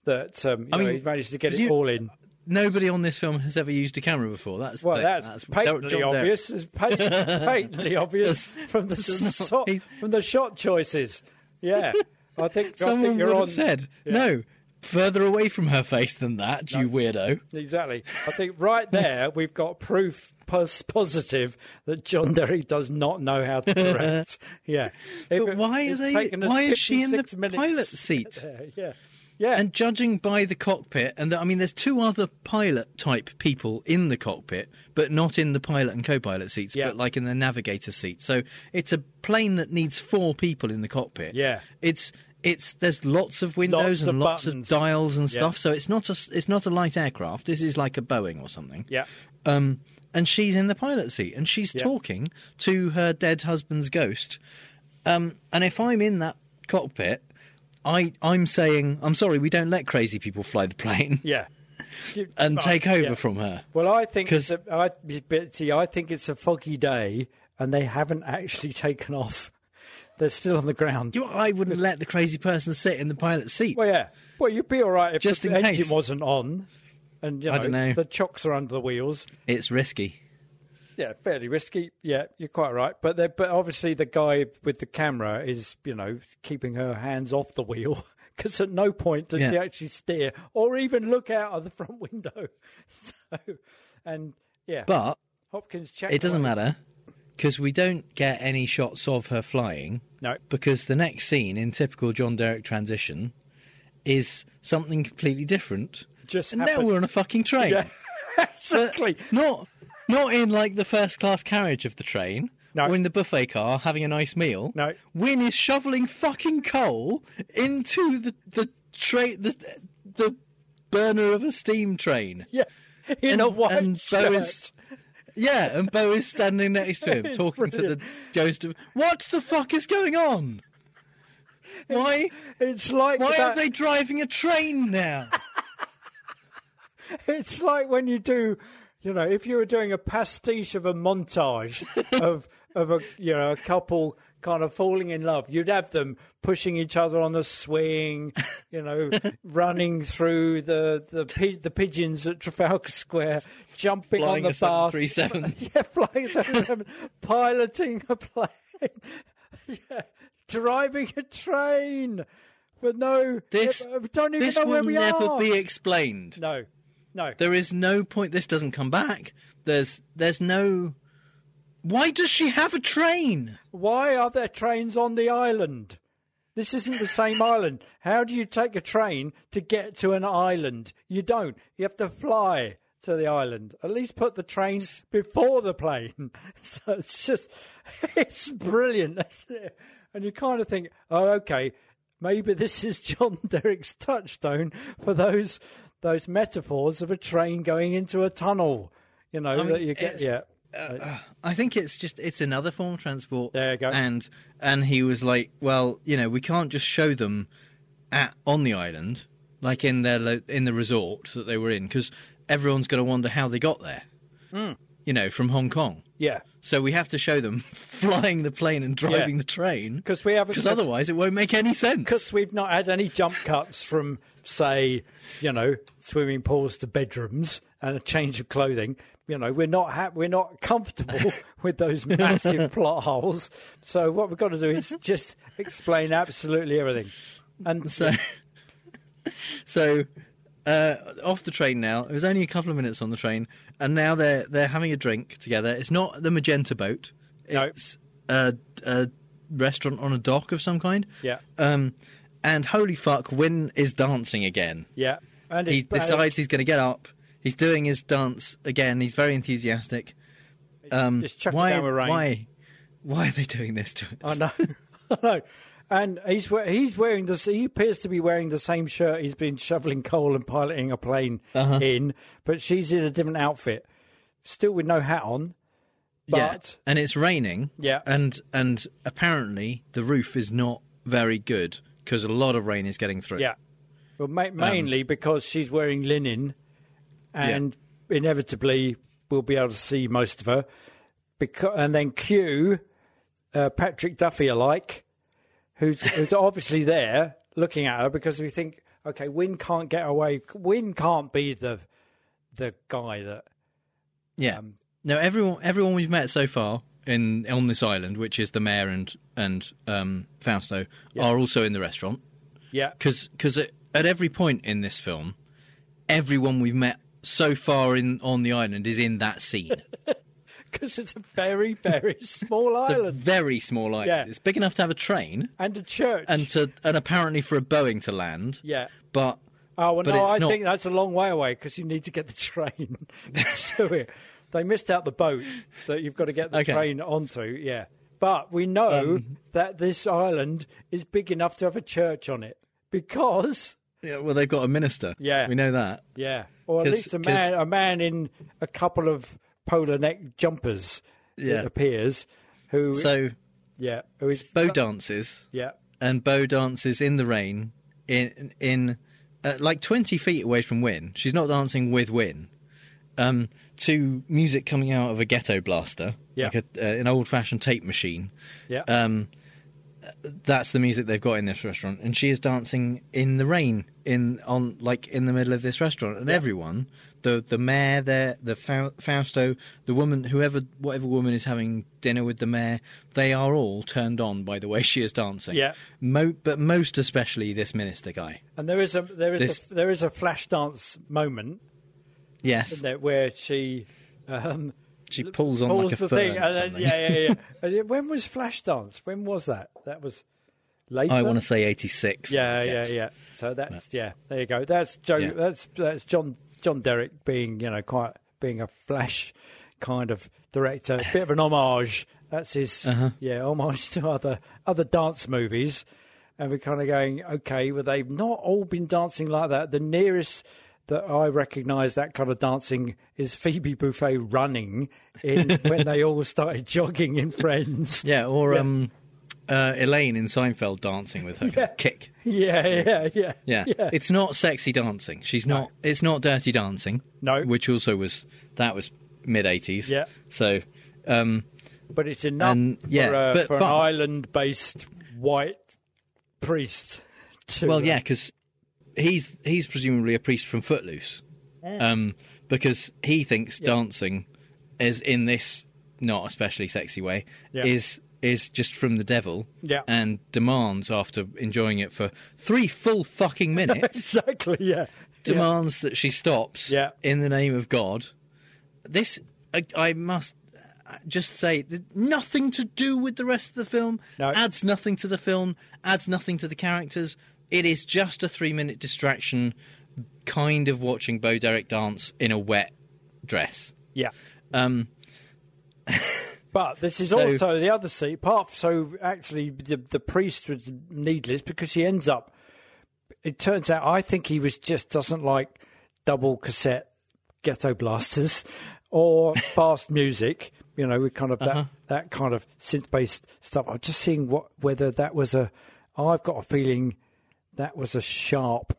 that um, you
I
know,
mean,
he managed to get it
you-
all in.
Nobody on this film has ever used a camera before. That's
Well,
the-
that's, patently
John Derek.
obvious. It's patently, patently obvious from the so,
he's-
from the shot choices. Yeah, I think I
Someone
think
would
you're
have
on.
said,
Yeah.
"No, further away from her face than that, you weirdo."
Exactly. I think right there we've got proof pos- positive that John Derry does not know how to direct. yeah. If
But
it-
why are
it's
they?
taken us
Why is she in the
56 minutes
pilot
to
seat?
get there, Yeah. Yeah.
And judging by the cockpit, and the, I mean, there's two other pilot type people in the cockpit, but not in the pilot and co-pilot seats,
Yeah.
but like in the navigator seat. So it's a plane that needs four people in the cockpit.
Yeah.
it's it's there's lots of
Lots
windows and
of
lots
buttons.
of dials and
Yeah.
stuff. So it's not a s- it's not a light aircraft. This is like a Boeing or something.
yeah.
Um, and she's in the pilot seat and she's
Yeah.
talking to her dead husband's ghost. Um, and if I'm in that cockpit, I I'm saying I'm sorry, we don't let crazy people fly the plane
Yeah.
and
Right,
take over
yeah.
from her.
Well, I think
'Cause-
that I, Betsy, I think it's a foggy day, and they haven't actually taken off. They're still on the ground.
You, I wouldn't let the crazy person sit in the pilot seat.
well, yeah. Well, you'd be all right if
Just
the
in
engine
case.
wasn't on, and you know,
I dunno.
the chocks are under the wheels.
It's risky.
Yeah, fairly risky. Yeah, you're quite right. But they're- but obviously the guy with the camera is you know keeping her hands off the wheel. Because at no point does
Yeah.
she actually steer or even look out of the front window. So, and yeah,
But
Hopkins checked.
it doesn't
away.
matter because we don't get any shots of her flying
No.
because the next scene in typical John Derek transition is something completely different.
Just
and now
happened.
we're on a fucking train.
Yeah,
But
exactly.
Not not in like the first class carriage of the train.
No.
Or in the buffet car having a nice meal.
No.
Wynne is shoveling fucking coal into the the train the the burner of a steam train.
Yeah, in a white
and
shirt.
Bo is, yeah, and Bo is standing next to him
It's
talking
brilliant.
to the ghost of What the fuck is going on? Why
It's like
why
that-
are they driving a train now?
It's like when you do, you know, if you were doing a pastiche of a montage of of a you know a couple kind of falling in love, you'd have them pushing each other on the swing, you know, running through the the pi- the pigeons at Trafalgar Square, jumping
Flying
on
a
the bus,
737.
yeah, flying a 737, piloting a plane, yeah, driving a train. But no,
This
we don't even
this
know
will
where we
never
are.
be explained.
no, no.
There is no point this doesn't come back. There's there's no why does she have a train?
Why are there trains on the island? This isn't the same island. How do you take a train to get to an island? You don't. You have to fly to the island. At least put the train before the plane. So it's just, it's brilliant. isn't it? And you kind of think, oh, okay, maybe this is John Derrick's touchstone for those those metaphors of a train going into a tunnel. You know that you get.
it's-
Yeah,
I think it's just it's another form of transport.
There you go.
And and he was like, well, you know, we can't just show them at on the island, like in their lo- in the resort that they were in, because everyone's going to wonder how they got there.
Hmm.
You know, from Hong Kong.
yeah.
So we have to show them flying the plane and driving the train,
'Cause we haven't-
because otherwise it won't make any sense.
because we've not had any jump cuts from, say, you know, swimming pools to bedrooms and a change of clothing. You know, we're not ha- we're not comfortable with those massive plot holes. So what we've got to do is just explain absolutely everything. And
So, so uh, off the train now. It was only a couple of minutes on the train, and now they're they're having a drink together. It's not the magenta boat.
No.
It's a, a restaurant on a dock of some kind.
Yeah.
Um, and holy fuck, Wynn is dancing again.
yeah, and
He
it's- and it's-
decides he's going to get up. He's doing his dance again. He's very enthusiastic. Um,
Just chuck it
why?
down with rain.
Why? Why are they doing this to us?
I know, I know. And he's we- he's wearing this. He appears to be wearing the same shirt he's been shoveling coal and piloting a plane in, but she's in a different outfit, still with no hat on. But
yeah. and it's raining.
Yeah.
and and apparently the roof is not very good because a lot of rain is getting through.
yeah, well,
Um,
ma- mainly because she's wearing linen, and inevitably we'll be able to see most of her. Because and then Q, uh, Patrick Duffy alike, who's who's obviously there looking at her because we think, okay, Win can't get away. Win can't be the the guy that
yeah.
Um,
now everyone everyone we've met so far in on this island, which is the mayor and and um, Fausto, are also in the restaurant
yeah
because at, at every point in this film, everyone we've met so far in on the island is in that scene.
because it's a very very small
It's a
island
very small island.
Yeah.
It's big enough to have a train
and a church
and to and apparently for a Boeing to land.
yeah.
But
Oh well,
but
no,
it's
I
not.
think that's a long way away because you need to get the train to it. They missed out the boat that you've got to get the
Okay. Um,
train onto. Yeah, but we know that this island is big enough to have a church on it because
Yeah, well, they've got a minister.
Yeah.
we know that.
yeah, or at
'Cause-
least a
'cause-
man a man in a couple of polar neck jumpers
Yeah.
it appears who
So
yeah who is
Bo dances,
yeah
and Bo dances in the rain, in in uh, like twenty feet away from Win. She's not dancing with Win. Um, to music coming out of a ghetto blaster,
Yeah.
like a, uh, an old-fashioned tape machine.
yeah
Um, that's the music they've got in this restaurant, and she is dancing in the rain in on like in the middle of this restaurant, and everyone the the mayor there, the Fau- Fausto, the woman, whoever, whatever woman is having dinner with the mayor, they are all turned on by the way she is dancing.
Yeah.
Mo- but most especially this minister guy.
and there is a there is
this-
a, there is a flash dance moment
Yes,
that where she um,
she pulls on
pulls
like a
the
fern
thing. Uh,
or
and then-
something.
yeah, yeah, yeah. And it- when was Flashdance? When was that? That was later.
I want to say 86.
Yeah,
I
yeah,
guess.
yeah. So that's yeah. There you go. That's Joe.
Yeah.
That's that's John John Derrick being you know quite being a flash kind of director. A bit of an homage. That's his
Uh-huh.
yeah homage to other other dance movies. And we're kind of going okay. Well, they've not all been dancing like that. The nearest that I recognise that kind of dancing is Phoebe Buffet running in when they all started jogging in Friends.
Yeah, or um, uh, Elaine in Seinfeld dancing with her kind of kick.
Yeah, yeah, yeah.
Yeah. it's not sexy dancing. She's not. It's not dirty dancing.
No.
which also was that was mid eighties.
Yeah.
So, um,
but it's enough
And, yeah,
for, a,
but-
for an
but-
island-based white priest. To,
well,
uh,
yeah, because he's he's presumably a priest from Footloose, um, because he thinks dancing is in this not especially sexy way
Yeah.
is is just from the devil
Yeah.
and demands after enjoying it for three full fucking minutes
exactly. Yeah,
demands that she stops
Yeah.
in the name of God. This, I, I must uh, just say, th- nothing to do with the rest of the film,
No.
adds nothing to the film, adds nothing to the characters. It is just a three minute distraction, kind of watching Bo Derek dance in a wet dress.
yeah.
Um,
But this is
So-
also the other scene. Part so actually, the, the priest was needless because he ends up. It turns out I think he was just doesn't like double cassette ghetto blasters or fast music. You know, we kind of
Uh-huh.
that that kind of synth based stuff. I'm just seeing what whether that was a. I've got a feeling that was a sharp.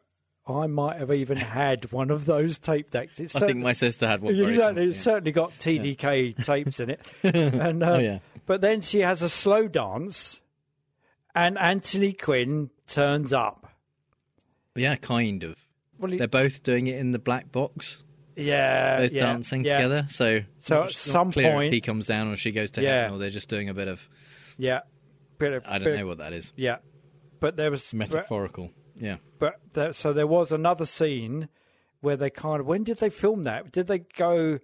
I might have even had one of those tape decks. It's
I think my sister had one. very
Exactly.
similar,
It's certainly got TDK tapes in it. And, uh,
Oh, yeah.
But then she has a slow dance, and Anthony Quinn turns up.
yeah. yeah, kind of.
Well, he-
They're both doing it in the black box,
yeah,
both
Uh, yeah,
dancing
yeah,
together. So,
So
not-
at
not
some
clear if
point-
he comes down or she goes to
Yeah.
him, or they're just doing a bit of
Yeah, bit of,
I don't
bit
know
of-
what that is.
Yeah, but there was
Metaphorical. Yeah.
but there, so there was another scene where they kind of when did they film that? Did they go?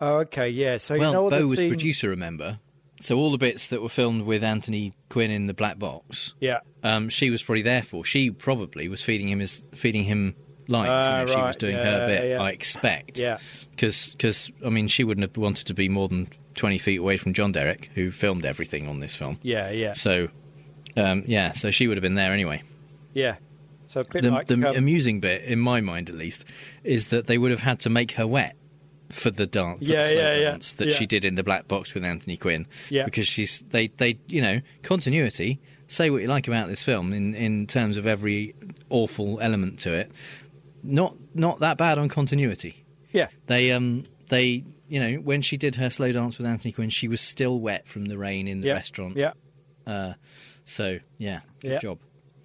Oh, okay, yeah. So
Well,
you know what
Bo
the
was
scene-
producer, remember? So all the bits that were filmed with Anthony Quinn in the black box,
Yeah,
um, she was probably there for. She probably was feeding him his feeding him lines. you
Ah,
know, She
right,
was doing
yeah,
her bit.
yeah.
I expect.
Yeah.
Because I mean, she wouldn't have wanted to be more than twenty feet away from John Derek, who filmed everything on this film.
yeah, yeah,
So. Um, yeah, so she would have been there anyway.
yeah. So a bit
The,
like
the
um,
amusing bit, in my mind at least, is that they would have had to make her wet for the dance, for the
Yeah,
slow
yeah, yeah.
dance that
Yeah.
she did in the black box with Anthony Quinn.
Yeah.
because she's they they you know continuity. Say what you like about this film in in terms of every awful element to it. Not not that bad on continuity.
yeah,
They um they you know when she did her slow dance with Anthony Quinn, she was still wet from the rain in the
yeah,
restaurant.
Yeah.
So yeah, good
Yeah.
job.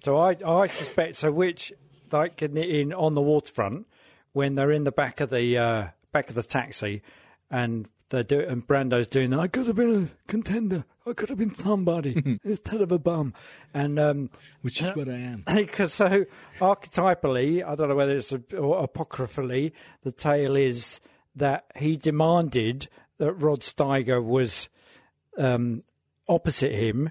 So I, I suspect so. Which like in, the, in on the waterfront when they're in the back of the uh, back of the taxi, and they do and Brando's doing. that, I could have been a contender. I could have been somebody instead of a bum. And um,
Which is what I am.
because so archetypally, I don't know whether it's a, or apocryphally, the tale is that he demanded that Rod Steiger was um, opposite him,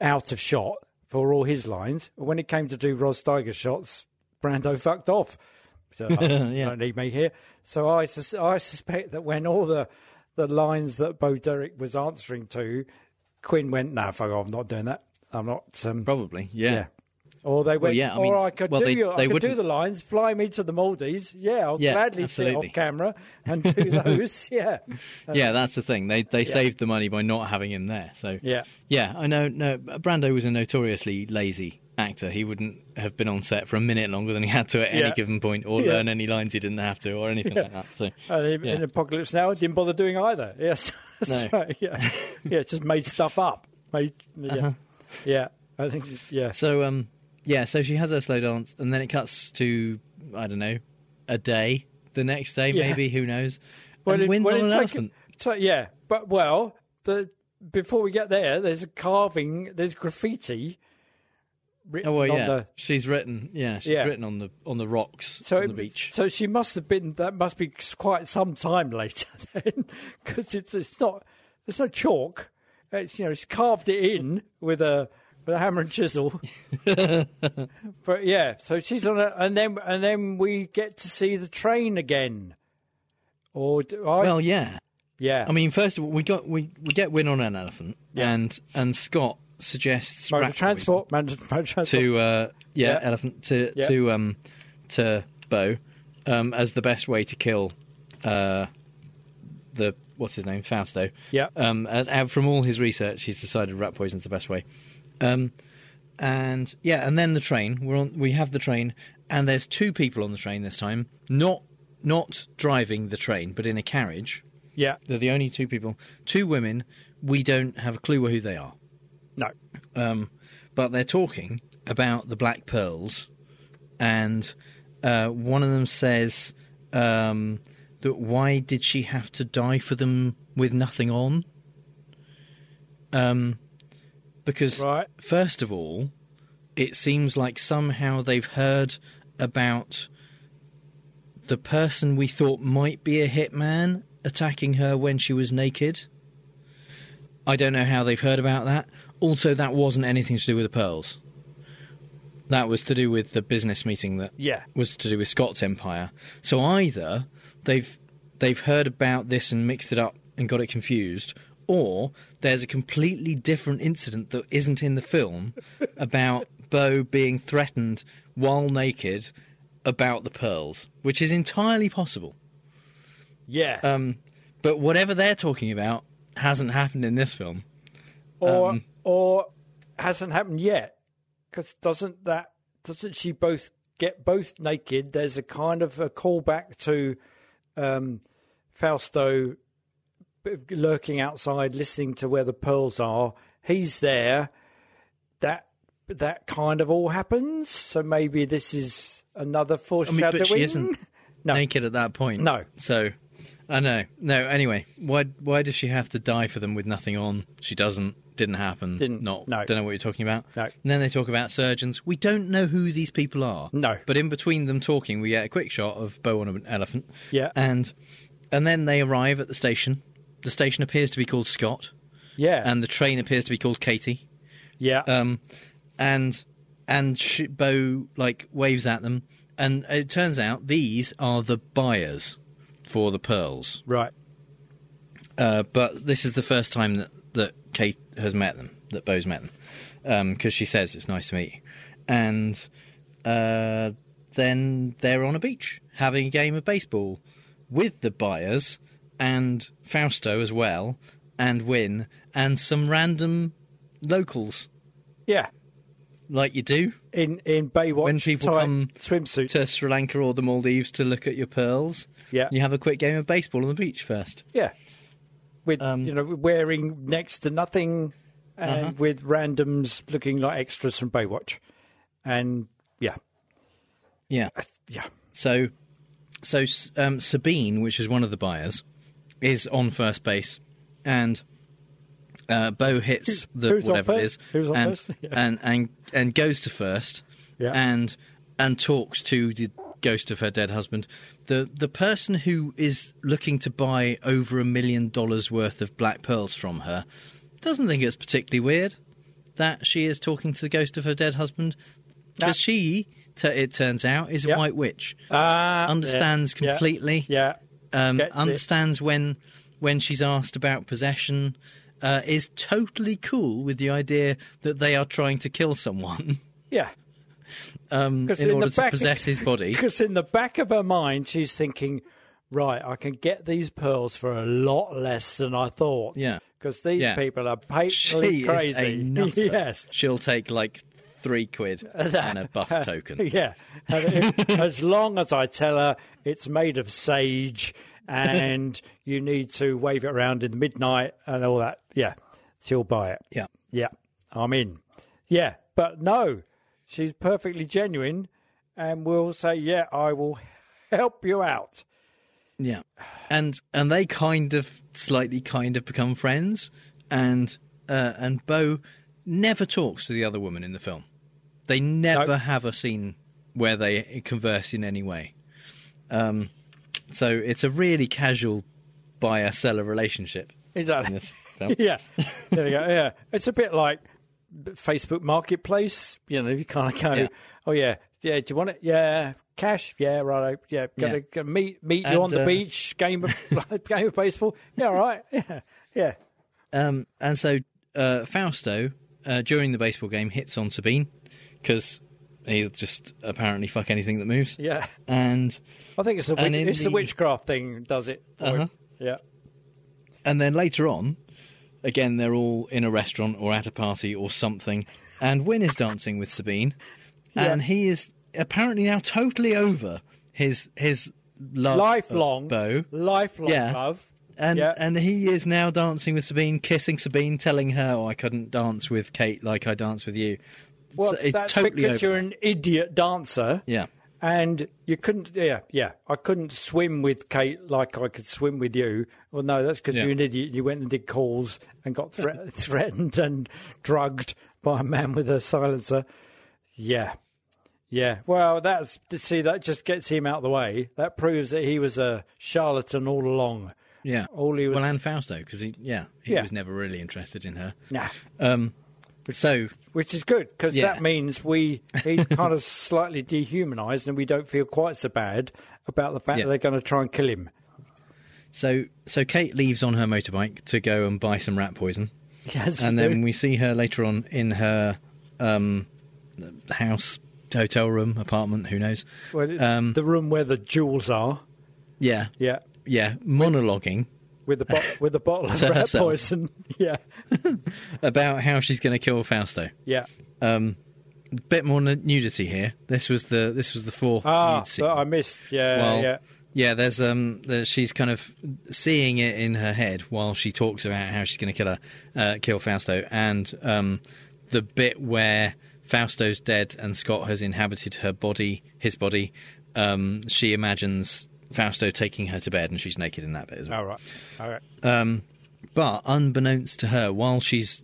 out of shot for all his lines. When it came to do Rod Steiger shots, Brando fucked off. So I don't need me here. So I sus- I suspect that when all the the lines that Bo Derek was answering to, Quinn went, "No, fuck off, I'm not doing that. I'm not." Um,
Probably,
yeah. Or they went,
yeah, I mean,
or I could
well,
do
they-
your,
they
I could do
wouldn't-
the lines, fly me to the Maldives. Yeah, I'll
Yeah,
gladly sit
absolutely.
off camera and do those. yeah.
yeah, that's the thing. They they saved the money by not having him there. So
Uh, Yeah.
yeah. I know. No, Brando was a notoriously lazy actor. He wouldn't have been on set for a minute longer than he had to at
Yeah.
any given point, or
Yeah. Uh,
learn any lines he didn't have to, or anything like that. So
And in, in
yeah.
Apocalypse Now, I didn't bother doing either. Yes.
No.
So, yeah. Yeah, just made stuff up. Made, yeah.
Uh-huh.
Yeah. I think, it's- yeah.
so um yeah. So she has her slow dance, and then it cuts to I don't know a day. The next day,
Yeah.
maybe who knows?
Well,
and
it-
wins
well,
on
it
an
take-
elephant.
So, yeah, but well, the before we get there, there's a carving, there's graffiti.
Oh well,
written on
yeah.
the-
she's written. Yeah, she's
Yeah.
written on the on the rocks
So
on
it-
the beach.
So she must have been. That must be quite some time later then, because it's it's not. There's no chalk. It's you know it's carved it in with a with a hammer and chisel. but yeah, so she's on a, and then and then we get to see the train again. Or do I?
Well, yeah.
yeah,
I mean, first of all, we got we, we get Win on an elephant,
Yeah.
and and Scott suggests
motor
rat
transport, man, motor transport.
poison to uh, yeah,
Yeah.
elephant to
Yeah.
to um to Bo um, as the best way to kill uh, the what's his name Fausto.
Yeah.
Um, and, and from all his research, he's decided rat poison's the best way. Um, and yeah, and then the train. We're on. We have the train, and there's two people on the train this time. Not not driving the train, but in a carriage.
yeah,
They're the only two people, two women. We don't have a clue who they are,
no,
um, but they're talking about the black pearls, and uh, one of them says um, that why did she have to die for them with nothing on? Um, because
Right.
first of all, it seems like somehow they've heard about the person we thought might be a hitman attacking her when she was naked. I don't know how they've heard about that. Also, that wasn't anything to do with the pearls. That was to do with the business meeting that
yeah,
was to do with Scott's empire. So either they've they've heard about this and mixed it up and got it confused, or there's a completely different incident that isn't in the film about Bo being threatened while naked about the pearls, which is entirely possible.
yeah.
Um, but whatever they're talking about hasn't happened in this film.
or
Um,
or hasn't happened yet because doesn't that doesn't she both get both naked there's a kind of a callback to um fausto b- lurking outside listening to where the pearls are he's there that that kind of all happens so maybe this is another
I mean,
foreshadowing
but she isn't
No.
naked at that point.
No.
So, I know. No. Anyway, why why does she have to die for them with nothing on? She doesn't. Didn't happen.
Didn't.
Not.
No.
Don't know what you're talking about.
No.
And then they talk about surgeons. We don't know who these people are.
No.
But in between them talking, we get a quick shot of Bo on an elephant.
Yeah.
And and then they arrive at the station. The station appears to be called Scott,
yeah
and the train appears to be called Katie
yeah
um, and and sh- Bo like waves at them, and it turns out these are the buyers for the pearls.
right
Uh, but this is the first time that that Kate has met them, that Bo's met them, because she says it's nice to meet you, and uh, then they're on a beach having a game of baseball with the buyers and Fausto as well, and Win and some random locals
yeah
like you do
in in baywatch
When people
type
come
swimsuits
to Sri Lanka or the Maldives to look at your pearls.
Yeah.
You have a quick game of baseball on the beach first.
Yeah. With
Um, Uh-huh.
you know wearing next to nothing, and with randoms looking like extras from Baywatch, and yeah,
Yeah.
yeah,
So, so um, Sabine, which is one of the buyers, is on first base, and uh, Bo hits the
who's on
whatever it
first?
is,
Who's on
and,
first? Yeah.
and and and goes to first,
Yeah.
and and talks to the ghost of her dead husband, the the person who is looking to buy over a million dollars worth of black pearls from her, doesn't think it's particularly weird that she is talking to the ghost of her dead husband,
Nah.
because she, t- it turns out, is a
Yeah.
white witch
uh,
understands completely.
Yeah,
Um,
Gets it.
understands when when she's asked about possession. Uh, is totally cool with the idea that they are trying to kill someone
yeah.
um,
'Cause
in
in the
order to
back-
possess his body.
Because in the back of her mind, she's thinking, right, I can get these pearls for a lot less than I thought.
Yeah.
because these
Yeah.
people are patently
She
crazy.
is a nutter.
yes.
She'll take like three quid and a buff token.
Yeah. And if- as long as I tell her it's made of sage and you need to wave it around in the midnight and all that, yeah, she'll buy it.
Yeah.
Yeah, I'm in. Yeah, but no, she's perfectly genuine and will say, yeah, I will help you out.
Yeah, and and they kind of slightly kind of become friends, and uh, and Bo never talks to the other woman in the film. They never
No.
have a scene where they converse in any way. Um, so it's a really casual buyer seller relationship
Exactly.
in this film.
yeah. There you go. Yeah. It's a bit like Facebook Marketplace. You know, you kind of go,
Yeah.
oh yeah, yeah. Do you want it? Yeah, cash. Yeah, right. Yeah, gonna,
Yeah.
gonna meet meet you
And,
on the
uh,
beach. Game of game of baseball. Yeah, all right. Yeah, yeah.
Um, and so uh, Fausto, uh, during the baseball game, hits on Sabine because he'll just apparently fuck anything that moves.
Yeah,
And
I think it's the
And
witch,
in
it's the...
the-
witchcraft thing, does it? for
Uh-huh.
him. Yeah,
and then later on, again, they're all in a restaurant or at a party or something, and Wynn is dancing with Sabine, and he is apparently now totally over his his love of
lifelong,
Bo.
lifelong
Uh, Yeah.
love.
And
Yeah.
and he is now dancing with Sabine, kissing Sabine, telling her, "Oh, I couldn't dance with Kate like I danced with you."
Well,
So it's
that's
totally
because
over.
you're an idiot dancer.
Yeah.
And you couldn't, yeah, yeah. I couldn't swim with Kate like I could swim with you. Well, no, that's because
Yeah.
you're an idiot. You went and did calls and got thre- threatened and drugged by a man with a silencer. Yeah, yeah. Well, that's see, that just gets him out of the way. That proves that he was a charlatan all along.
Yeah.
All he was,
Well, and Fausto, because he, yeah, he
Yeah.
was never really interested in her. Um,
nah,
So,
which is good because
Yeah.
that means we he's kind of slightly dehumanized and we don't feel quite so bad about the fact
Yeah.
that they're going to try and kill him.
so, so Kate leaves on her motorbike to go and buy some rat poison,
Yes,
and
dude.
then we see her later on in her um, house, hotel room, apartment, who knows?
Well, it-
Um,
the room where the jewels are.
Yeah,
Yeah,
yeah, monologuing
with the bo- with the bottle of
To
rat
herself.
poison. Yeah,
about how she's going to kill Fausto.
yeah.
Bit more nu- nudity here. This was the this was the fourth
Ah,
nude
that
scene.
I missed. Yeah,
Well,
yeah.
yeah, there's um, the, she's kind of seeing it in her head while she talks about how she's going to kill her, uh, kill Fausto, and um, the bit where Fausto's dead and Scott has inhabited her body, his body. Um, she imagines Fausto taking her to bed, and she's naked in that bit as well.
All right, all right.
But unbeknownst to her, while she's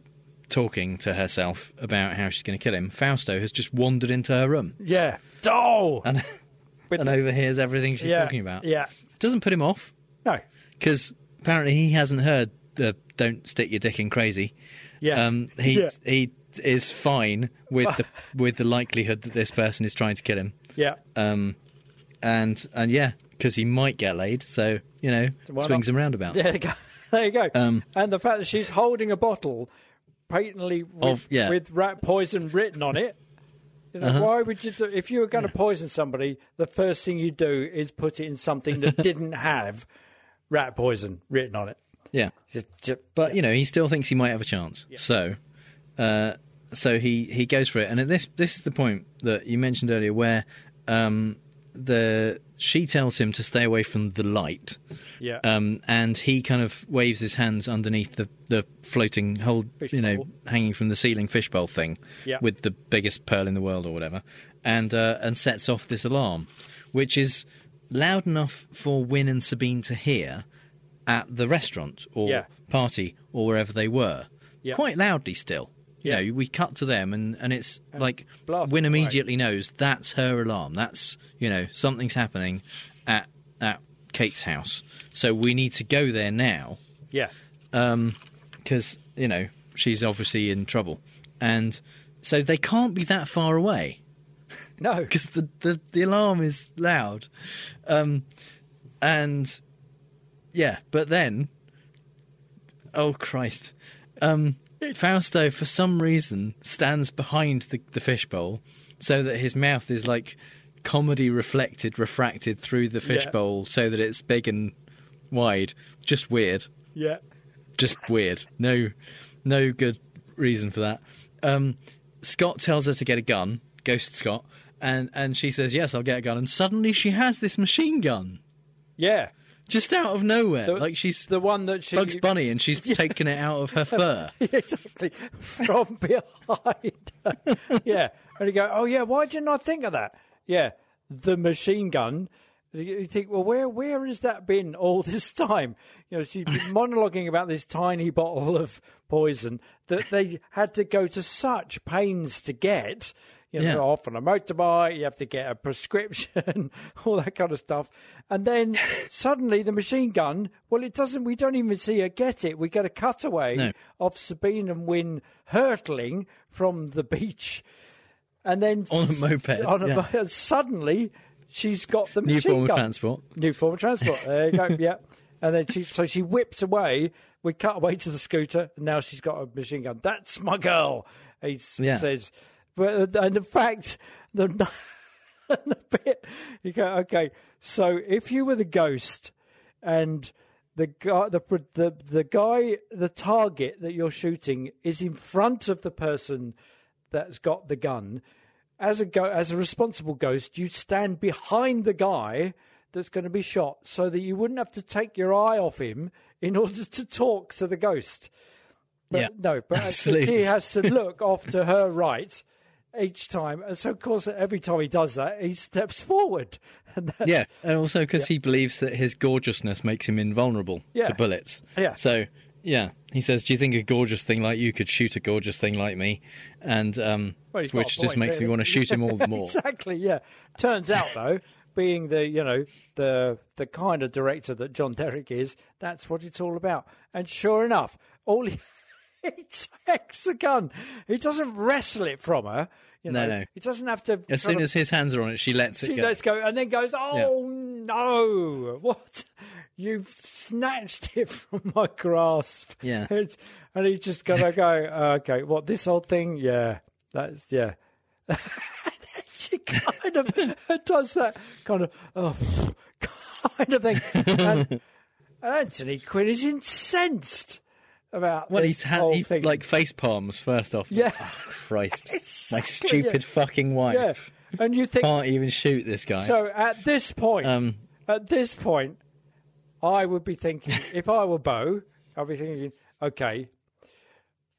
talking to herself about how she's going to kill him, Fausto has just wandered into her room
Yeah. Oh,
and,
With-
and overhears everything she's
yeah,
talking about.
Yeah.
Doesn't put him off.
No.
because apparently he hasn't heard the "Don't stick your dick in crazy."
Yeah.
um, he
Yeah.
he is fine with the with the likelihood that this person is trying to kill him,
Yeah.
and and yeah, because he might get laid. So you know,
Why
swings
not?
and roundabouts.
There you go. There you go.
Um,
and the fact that she's holding a bottle, patently with,
Of- yeah. Uh-huh.
with rat poison written on it. You know, Why would you do? If you were going to poison somebody, the first thing you do is put it in something that didn't have rat poison written on it.
Yeah,
Ju- ju-
but you know, he still thinks he might have a chance. So, uh, so he he goes for it. And at this this is the point that you mentioned earlier, where um, the she tells him to stay away from the light.
Yeah.
um, and he kind of waves his hands underneath the, the floating hold, you know,
Fishbowl.
hanging from the ceiling fishbowl thing
Yeah.
with the biggest pearl in the world or whatever, and uh, and sets off this alarm, which is loud enough for Win and Sabine to hear at the restaurant or
Yeah.
party or wherever they were,
Yeah.
quite loudly still. You
Yeah.
know, we cut to them, and, and it's like
blast
Win
it away.
immediately knows that's her alarm. That's you know something's happening at at Kate's house. So we need to go there now
yeah.
because you know she's obviously in trouble, and so they can't be that far away
No.
because the, the the alarm is loud, um, and yeah. But then, oh Christ, um, Fausto for some reason stands behind the, the fishbowl so that his mouth is like comedy reflected, refracted through the fishbowl so that it's big and wide. Just weird
Yeah.
just weird. No, no good reason for that. Um, Scott tells her to get a gun, Ghost Scott, and and she says yes, I'll get a gun. And suddenly she has this machine gun
Yeah.
just out of nowhere,
The-
like she's
the one that she
Bugs Bunny, and she's taken it out of her fur.
exactly from behind. yeah, and you go, oh yeah, why didn't I think of that? Yeah, the machine gun. You think, well, where where has that been all this time? You know, she's been monologuing about this tiny bottle of poison that they had to go to such pains to get. You know,
Yeah.
off on a motorbike, you have to get a prescription, all that kind of stuff. And then suddenly the machine gun, well, it doesn't, we don't even see her get it. We get a cutaway
No.
of Sabine and Wynne hurtling from the beach. And then
On a moped,
on a
yeah.
mo- suddenly she's got the
New
machine
form of
gun.
transport.
New form of transport. There you go. yeah. And then she, so she whips away. We cut away to the scooter, and now she's got a machine gun. That's my girl. He s-
Yeah.
says, but, uh, and in fact, the, the bit you go, okay. So if you were the ghost, and the guy, the, the the guy, the target that you're shooting is in front of the person that's got the gun. As a go, as a responsible ghost, you stand behind the guy that's going to be shot, so that you wouldn't have to take your eye off him in order to talk to the ghost. But
Yeah,
no, but
absolutely.
she has to look off to her right each time, and so of course, every time he does that, he steps forward, and that,
Yeah, and also because he believes that his gorgeousness makes him invulnerable
Yeah.
to bullets.
Yeah.
So yeah, he says, "Do you think a gorgeous thing like you could shoot a gorgeous thing like me?" And um,
Well, he's got
which
a
just
point,
makes me
really.
want to shoot him all the more.
Exactly. Yeah. Turns out though, being the you know the the kind of director that John Derrick is, that's what it's all about. And sure enough, all he, he takes the gun. He doesn't wrestle it from her. You know,
No, no.
He doesn't have to.
As
try
soon
to-
as his hands are on it, she lets
she
it go.
lets go and then goes, "Oh no! What? You've snatched it from my grasp!"
Yeah.
It's, and he's just gonna go, "Uh, "Okay, what this old thing? Yeah, that's yeah." she kind of does that kind of oh, kind of thing. And Anthony Quinn is incensed about
Well,
this
he's had
whole
he,
thing.
like face palms first off.
Yeah.
Oh, Christ, my
Exactly, yeah.
stupid fucking wife
yeah, and you think
can't even shoot this guy.
So at this point,
Um,
at this point, I would be thinking, if I were Bo, I'd be thinking, okay,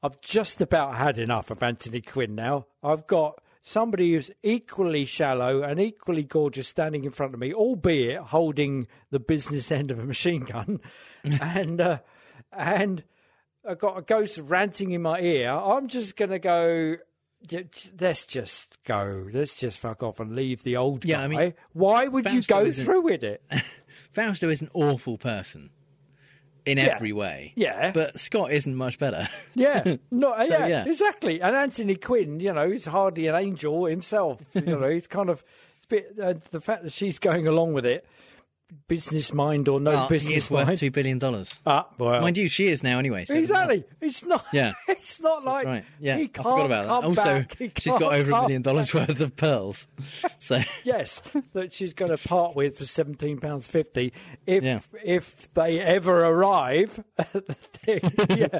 I've just about had enough of Anthony Quinn now. I've got somebody who's equally shallow and equally gorgeous standing in front of me, albeit holding the business end of a machine gun, and uh, and I've got a ghost ranting in my ear. I'm just gonna go. "J- j- Let's just go. Let's just fuck off and leave the old
Yeah,
guy.
I mean,
Why would you
Bamstow
go
isn't-
through with it?
Fausto is an awful person in every way.
Yeah.
But Scott isn't much better.
Yeah, no, yeah,
yeah.
exactly. And Anthony Quinn, you know, he's hardly an angel himself. You know, he's kind of it's a bit, uh, the fact that she's going along with it, business mind or no
But he
business
is worth
mind.
$2 billion. dollars.
ah, well,
Mind you, she is now anyway. So it doesn't
exactly. It's not.
Yeah.
it's not like
That's right. Yeah,
He
I
can't
forgot about that.
come
Also,
back, he
she's got
can't
over a
come
million dollars
back.
worth of pearls. So
Yes, that she's going to part with for seventeen pounds fifty if
Yeah.
if they ever arrive. at the thing. yeah,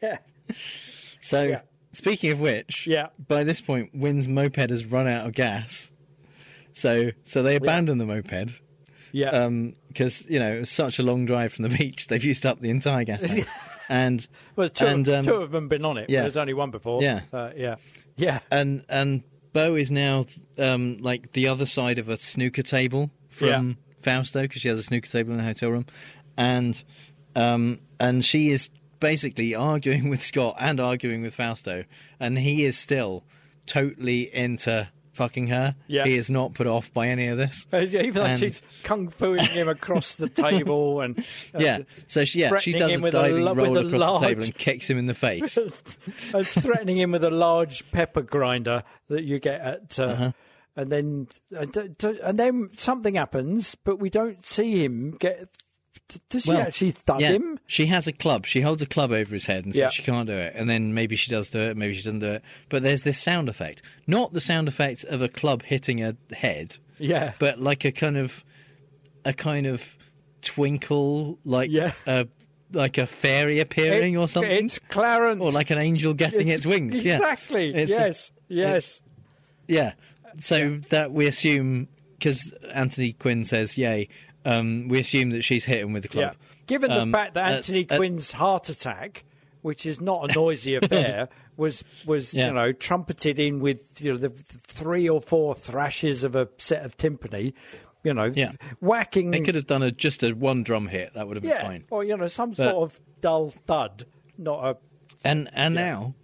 yeah.
so speaking of which,
Yeah.
by this point Wynn's moped has run out of gas. So so they abandon the moped
Yeah.
Um, because you know it was such a long drive from the beach. They've used up the entire gas tank. and
well, two,
and, um,
two of them been on it. but
yeah.
There's only one before.
Yeah.
Uh, yeah. Yeah.
and and Bo is now um, like the other side of a snooker table from Fausto because she has a snooker table in the hotel room, and um, and she is basically arguing with Scott and arguing with Fausto, and he is still totally into fucking her.
Yeah.
he is not put off by any of this.
Even though
And-
she's kung fuing him across the table and uh,
Yeah, so she, yeah, she
threatening him
does a
with a
diving
lo-
roll
with a
across
large-
the table and kicks him in the face.
and threatening him with a large pepper grinder that you get at. Uh,
Uh-huh.
And then, and, t- t- and then something happens, but we don't see him get. d- Does she
Well,
actually thud
yeah,
him?
She has a club. She holds a club over his head and says
Yeah.
she can't do it. And then maybe she does do it, maybe she doesn't do it. But there's this sound effect. Not the sound effect of a club hitting a head,
Yeah.
but like a kind of a kind of twinkle like
Yeah.
a like a fairy appearing or
It's-
something.
It's Clarence.
or like an angel getting its, wings. Yeah.
Exactly.
It's a-
yes. yes.
yeah. So that we assume because Anthony Quinn says, "Yay," um, we assume that she's hit him with a
Yeah.
club.
Given
Um,
the fact that
uh,
Anthony
uh,
Quinn's heart attack, which is not a noisy affair, was was
Yeah.
you know trumpeted in with you know the, the three or four thrashes of a set of timpani, you know,
Yeah.
whacking.
They could have done a just a one drum hit. That would have been
Hmm. yeah,
fine.
or you know some
But-
sort of dull thud, not a
And and now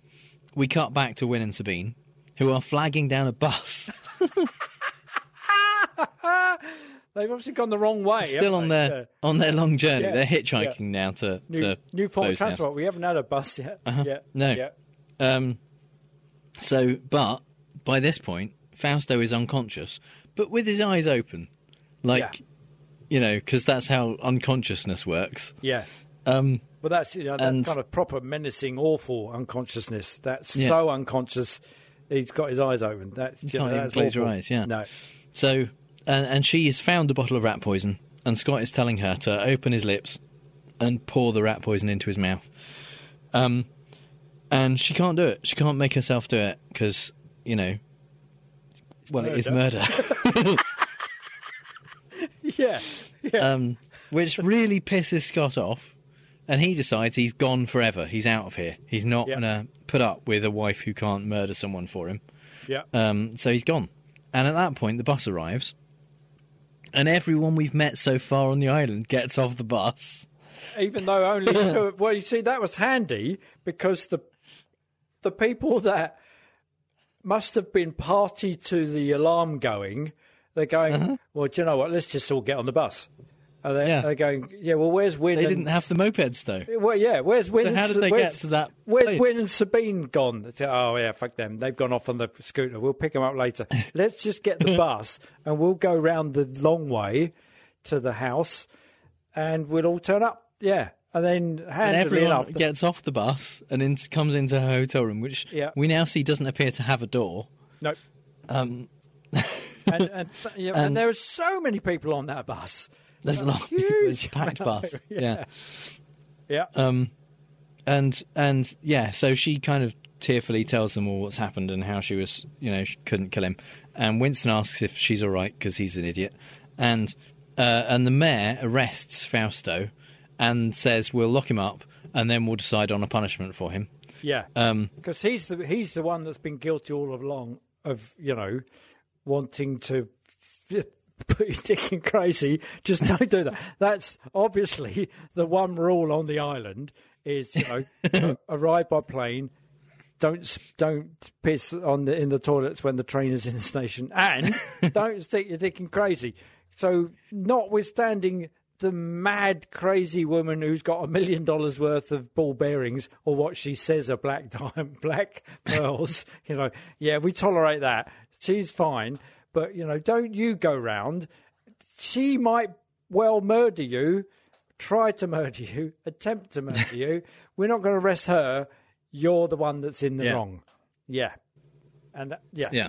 we cut back to Win and Sabine, who are flagging down a bus.
They've obviously gone the wrong way. haven't
Still on
they?
their
Yeah.
on their long journey.
Yeah,
They're hitchhiking now to,
new,
to
new form of
those houses.
transport. We haven't had a bus yet. Yeah.
No.
Yeah.
Um, so, but by this point, Fausto is unconscious, but with his eyes open, like
Yeah.
you know, because that's how unconsciousness works.
Yeah.
Um,
Well, that's you know that's
And-
kind of proper menacing, awful unconsciousness. That's
Yeah.
so unconscious. He's got his eyes open. That's you
can't
know,
even
that's
close your
awful.
eyes, yeah.
No.
so, and, and she has found a bottle of rat poison, and Scott is telling her to open his lips and pour the rat poison into his mouth. Um, and she can't do it. She can't make herself do it because you know, well, it is
murder.
murder.
Yeah. Yeah.
um, which really pisses Scott off. And he decides he's gone forever. He's out of here. He's not
Yeah.
going to put up with a wife who can't murder someone for him.
yeah.
Um, so he's gone. And at that point, the bus arrives. And everyone we've met so far on the island gets off the bus.
even though only two, well you see that was handy because the the people that must have been party to the alarm going they're going well do you know what let's just all get on the bus and they're,
Uh-huh. Yeah.
they're going yeah well where's Win
They
and
didn't have the mopeds, though.
well yeah where's Win
So
and
how did
Sa-
they
where's-
get to that
Where's
place?
Win and Sabine gone? They say, oh, yeah, fuck them. They've gone off on the scooter. We'll pick them up later. Let's just get the bus and we'll go round the long way to the house and we'll all turn up. Yeah. And then
And
handily
everyone
enough,
gets off the bus and in, comes into her hotel room, which
Yeah.
we now see doesn't appear to have a door.
no.
Um,
and, and, yeah, and, there are so many people on that bus.
There's a lot of people. It's a
Huge
packed
amount.
bus.
Yeah.
yeah.
Yeah.
and and yeah, so she kind of tearfully tells them all what's happened and how she was, you know, she couldn't kill him. And Winston asks if she's all right because he's an idiot, and uh, and the mayor arrests Fausto and says we'll lock him up and then we'll decide on a punishment for him.
Yeah, because he's the he's the one that's been guilty all along of you know wanting to put your dick in crazy. Just don't do that. That's obviously the one rule on the island is you know uh, arrive by plane. Don't s- don't piss on the in the toilets when the train is in the station, and don't stick your dick in crazy. So, notwithstanding the mad, crazy woman who's got a million dollars worth of ball bearings or what she says are black diamond, black pearls. You know, yeah, we tolerate that. She's fine, but you know, don't you go round. She might well murder you, try to murder you, attempt to murder you. We're not going to arrest her. You're the one that's in the
Yeah.
wrong. Yeah, and that, yeah,
Yeah.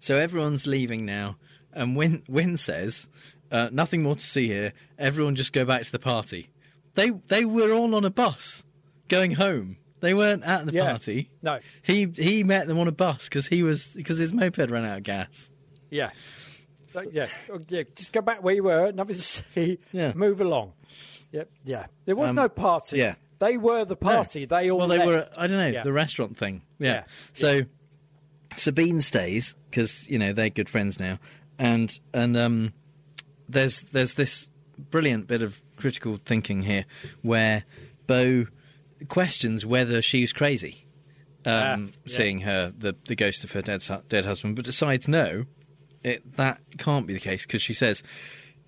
So everyone's leaving now, and Win Win says, uh, "Nothing more to see here. Everyone just go back to the party." They they were all on a bus going home. They weren't at the
Yeah.
party.
No.
he he met them on a bus because he was because his moped ran out of gas.
Yeah. So, yeah. Oh, yeah. Just go back where you were, nothing to see,
Yeah.
move along. Yep. Yeah. There was
Um,
no party.
yeah.
They were the party. They all
well, they
left.
were. I don't know
Yeah.
the restaurant thing. Yeah.
Yeah.
So Sabine stays because you know they're good friends now, and and um, there's there's this brilliant bit of critical thinking here where Bo questions whether she's crazy, um,
Ah, yeah.
seeing her the the ghost of her dead su- dead husband, but decides no, it, that can't be the case because she says,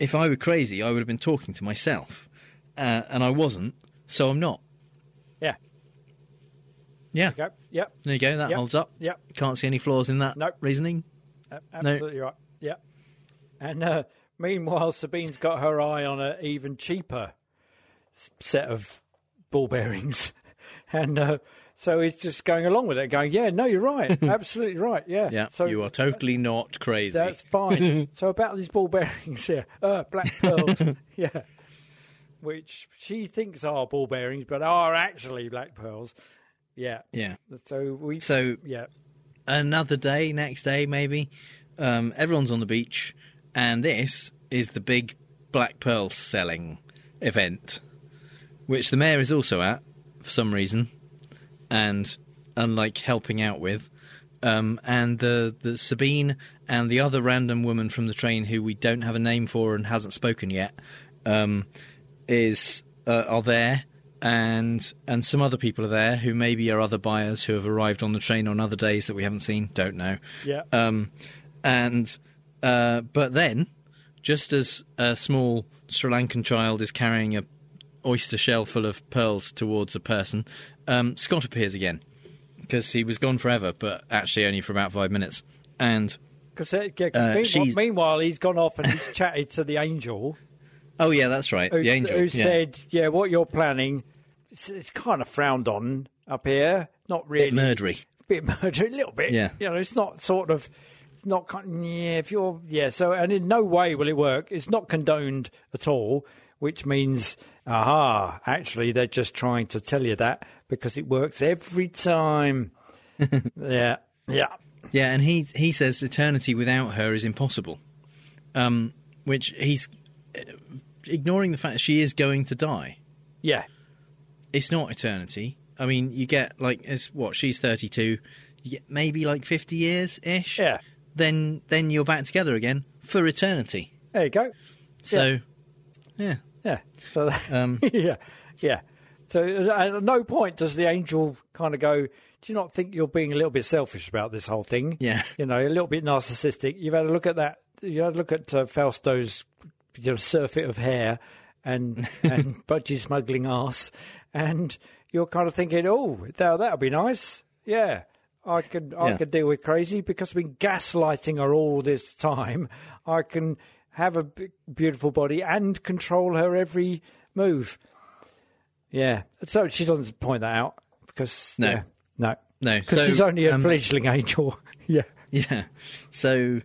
if I were crazy, I would have been talking to myself, uh, and I wasn't, so I'm not.
Yeah.
Yeah.
Go. Yep.
There you go. That
Yep.
holds up.
Yep.
Can't see any flaws in that
Nope.
reasoning.
A- Absolutely right. Yep. And uh, meanwhile, Sabine's got her eye on an even cheaper s- set of ball bearings. And uh, so he's just going along with it, going, yeah, no, you're right. Absolutely right. Yeah.
Yeah.
So
you are totally not crazy.
That's fine. so about these ball bearings here, uh, black pearls, yeah, which she thinks are ball bearings, but are actually black pearls. Yeah.
Yeah.
So we.
So
yeah.
another day, next day maybe. Um, everyone's on the beach, and this is the big black pearl selling event, which the mayor is also at for some reason, and unlike helping out with. Um, and the, the Sabine and the other random woman from the train who we don't have a name for and hasn't spoken yet um, is uh, are there and and some other people are there who maybe are other buyers who have arrived on the train on other days that we haven't seen. Don't know.
Yeah.
Um, and uh, but then, just as a small Sri Lankan child is carrying a oyster shell full of pearls towards a person, um, Scott appears again because he was gone forever, but actually only for about five minutes. And
Because yeah,
Uh,
meanwhile,
she's-
meanwhile, he's gone off and he's chatted to the angel,
oh yeah, that's right,
who,
the
s-
angel
who
yeah.
said, "Yeah, what you're planning, it's, it's kind of frowned on up here. Not really,
bit murdery.
bit murder, a little bit.
Yeah.
you know, it's not sort of." it's Not con- yeah, if you're yeah, so and in no way will it work. It's not condoned at all, which means aha, actually they're just trying to tell you that because it works every time. yeah, yeah,
Yeah, and he he says eternity without her is impossible, um, which he's uh, ignoring the fact she is going to die.
yeah,
It's not eternity. I mean, you get like it's what she's thirty two, you get maybe like fifty years ish.
Yeah.
Then then you're back together again for eternity.
there you go.
So, yeah,
Yeah. So that,
Um,
yeah, yeah. So uh, at no point does the angel kind of go, "Do you not think you're being a little bit selfish about this whole thing?
Yeah.
you know, a little bit narcissistic. You've had a look at that. You had a look at uh, Fausto's you know, surfeit of hair and and budgie smuggling ass, and you're kind of thinking, oh, that that'll be nice. Yeah, I could I
Yeah.
could deal with crazy because I've been gaslighting her all this time. I can have a b- beautiful body and control her every move. Yeah, so she doesn't point that out because
No.
yeah, no,
no,
because
so,
she's only a
um,
fledgling angel. yeah,
Yeah. So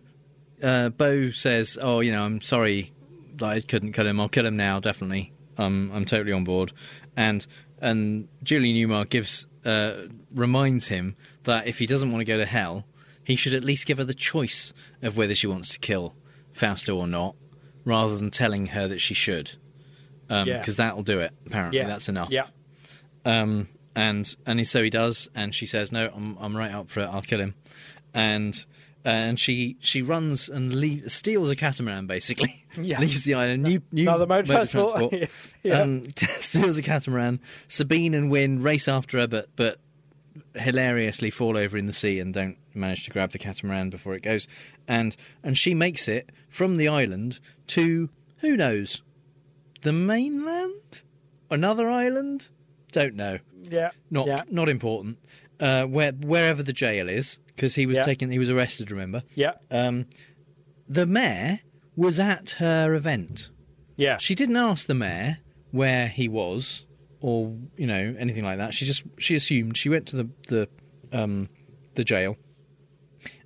uh, Bo says, "Oh, you know, I'm sorry that I couldn't kill him. I'll kill him now, definitely. Um, I'm totally on board." And and Julie Newmar gives uh, reminds him that if he doesn't want to go to hell, he should at least give her the choice of whether she wants to kill Fausto or not, rather than telling her that she should, because
Yeah.
that'll do it. Apparently,
yeah,
that's enough.
Yeah,
Um, and and so he does, and she says, "No, I'm I'm right up for it. I'll kill him." And and she she runs and leave, steals a catamaran basically,
Yeah.
leaves the island, new, new
Another mode of transport. Yeah.
um, steals a catamaran. Sabine and Wynn race after her, but but hilariously fall over in the sea and don't manage to grab the catamaran before it goes. And and she makes it from the island to who knows, the mainland, another island, don't know
yeah,
not
yeah,
not important. Uh, where wherever the jail is, because he was
Yeah.
taken, he was arrested. Remember,
yeah,
um, the mayor was at her event.
yeah.
She didn't ask the mayor where he was or you know anything like that. She just she assumed she went to the the um, the jail,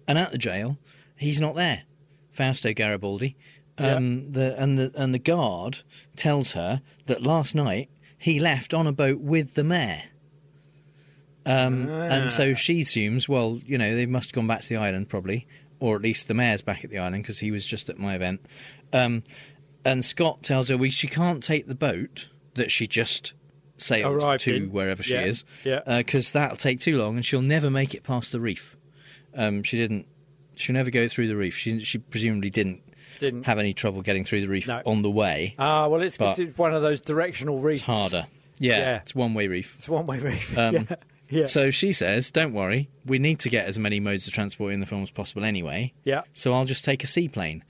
and at the jail he's not there. Fausto Garibaldi, um, the and the and the guard tells her that last night he left on a boat with the mayor. Um, And so she assumes, well, you know, they must have gone back to the island probably, or at least the mayor's back at the island because he was just at my event. Um, and Scott tells her, well, she can't take the boat that she just sailed
Arrived
to
in.
wherever she
Yeah.
is,
Yeah.
because that'll take too long and she'll never make it past the reef. Um, she didn't. She'll never go through the reef. She she presumably didn't
Didn't.
have any trouble getting through the reef
Mm. No.
on the way.
Ah, well, it's,
But-
it's one of those directional reefs.
It's harder. Yeah,
Yeah.
it's one way reef.
It's one way reef.
Um,
yeah. Yeah.
So she says, "Don't worry, we need to get as many modes of transport in the film as possible anyway.
yeah.
So I'll just take a seaplane.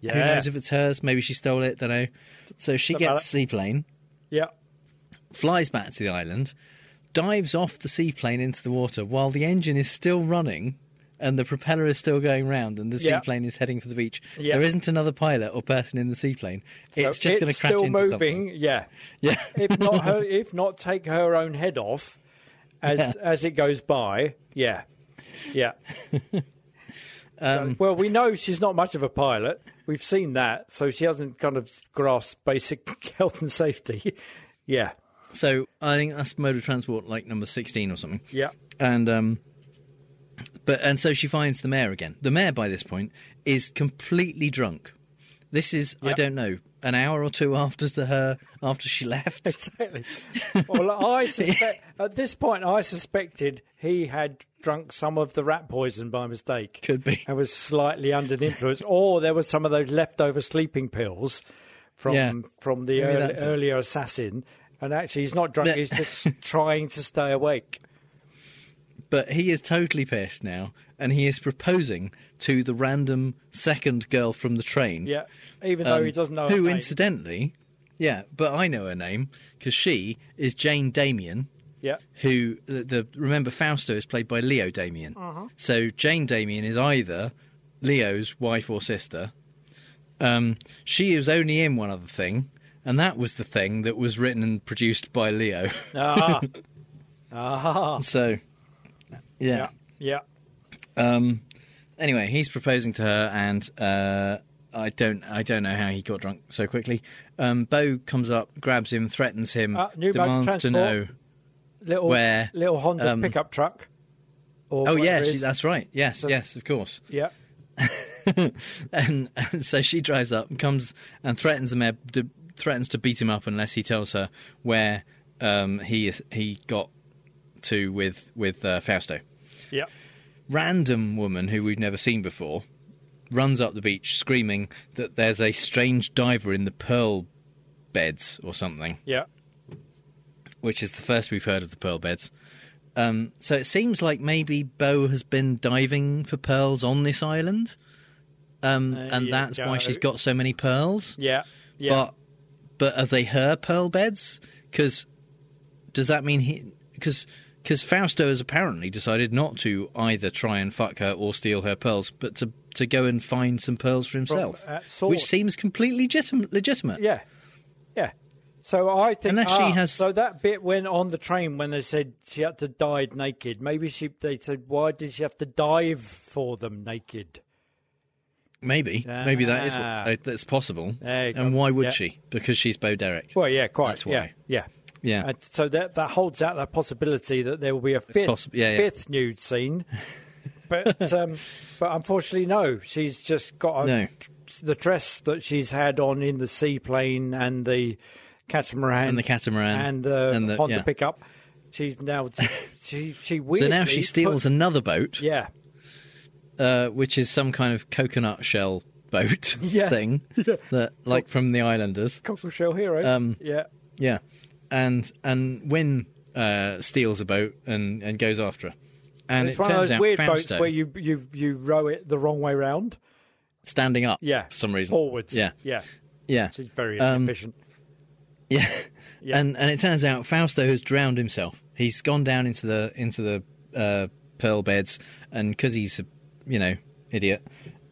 Yeah.
Who knows if it's hers? Maybe she stole it. Don't know. So she
Doesn't matter.
gets a seaplane,
yeah.
flies back to the island, dives off the seaplane into the water while the engine is still running." And the propeller is still going round, and the
Yeah.
seaplane is heading for the beach.
Yeah.
There isn't another pilot or person in the seaplane. It's
So
just going to crash
still
into
moving.
something.
Yeah.
Yeah,
If not her, if not take her own head off as as it goes by. Yeah. Yeah. So- well, we know she's not much of a pilot. We've seen that, so she hasn't kind of grasped basic health and safety. yeah.
So I think that's mode of transport like number sixteen or something.
Yeah.
And um, but and so she finds the mayor again. The mayor by this point is completely drunk. This is I
Yep.
don't know an hour or two after the, her after she left.
Exactly. Well, I suspect at this point, I suspected he had drunk some of the rat poison by mistake.
Could be.
and was slightly under the influence, or there were some of those leftover sleeping pills from
Yeah.
from the
Maybe
earl-
that's it.
earlier assassin, And actually, he's not drunk.
But-
he's just trying to stay awake.
But he is totally pissed now, and he is proposing to the random second girl from the train.
Yeah, even though
um,
he doesn't know.
Who,
her name.
incidentally, yeah, but I know her name because she is Jane Damien.
Yeah,
who the, the remember Fausto is played by Leo Damien.
Uh-huh.
So Jane Damien is either Leo's wife or sister. Um, she was only in one other thing, and that was the thing that was written and produced by Leo.
ah, ah,
so,
yeah,
yeah.
yeah.
Um, anyway, he's proposing to her, and uh, I don't, I don't know how he got drunk so quickly. Um, Bo comes up, grabs him, threatens him,
Uh, new mode of
demands to
transport.
know.
Little
Where,
little Honda
um,
pickup truck. Or
Oh
whatever
yeah,
it
she,
is.
that's right. Yes, yes, of course.
yeah.
and, and so she drives up and comes and threatens him, d- threatens to beat him up unless he tells her where um, he is, he got to with with uh, Fausto.
Yeah.
Random woman who we've never seen before runs up the beach screaming that there's a strange diver in the pearl beds or something,
Yeah.
which is the first we've heard of the pearl beds. Um, so it seems like maybe Bo has been diving for pearls on this island, um,
Uh,
and
yeah,
that's why
yeah.
she's got so many pearls.
Yeah. Yeah.
But but are they her pearl beds? Because does that mean he? Because because Fausto has apparently decided not to either try and fuck her or steal her pearls, but to to go and find some pearls for himself,
uh, sword.
which seems completely legitim- legitimate.
Yeah, yeah. So I think
Unless she
ah,
has-
So that bit when on the train when they said she had to dive naked, maybe she they said why did she have to dive for them naked?
Maybe maybe that is what,
Ah.
uh, that's possible.
There you go.
And why would
Yeah.
she? Because she's Bo Derek.
Well, yeah, quite.
That's
yeah,
why.
yeah,
Yeah.
And so that that holds out that possibility that there will be a fifth
possi- yeah, yeah.
fifth nude scene, but um, but unfortunately no, she's just got a,
No.
the dress that she's had on in the seaplane and the catamaran
and the catamaran
and uh, the, Honda
yeah.
pickup. She's now she she
So
weirdly
now she steals
put-
another boat,
yeah,
uh, which is some kind of coconut shell boat
Yeah.
thing, that like from the Islanders.
cockle shell hero.
Um,
yeah,
Yeah, and and Wynn uh, steals a boat and, and goes after her, and
it's
it
one of
turns
those
out
weird
Fausto
boats where you you you row it the wrong way round.
standing up,
Yeah,
for some reason
forwards.
yeah,
yeah,
yeah,
she's very
Um,
efficient.
yeah,
Yeah.
and and it turns out Fausto has drowned himself. He's gone down into the into the uh, pearl beds, and because he's a you know idiot,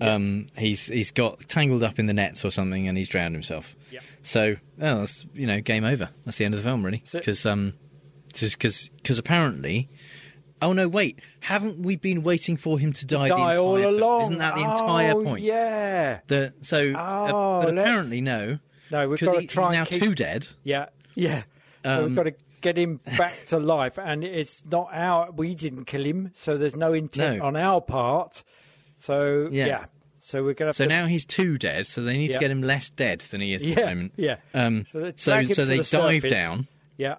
um, he's he's got tangled up in the nets or something, and he's drowned himself.
Yeah.
So well, that's you know game over. That's the end of the film, really,
So-
because um, because because apparently. Oh no! Wait, haven't we been waiting for him to die, the
Die
entire
all
film?
along.
Isn't that the entire
Oh,
point?
Yeah.
The, so, uh,
Oh,
but
let's-
apparently no,
No, we've
'cause
gotta
he-
try
he's
and
now Um,
keep-
too dead.
Yeah, yeah. So we've got to get him back to life, and it's not our. We didn't kill him, so there's no intent
No.
on our part. So yeah,
Yeah.
so we're gonna. Have
So
to,
now he's too dead, so they need
Yeah.
to get him less dead than he is at the
yeah,
moment.
yeah.
Um, so
let's
so,
drag him to
they
the
dive
surface.
down,
Yeah,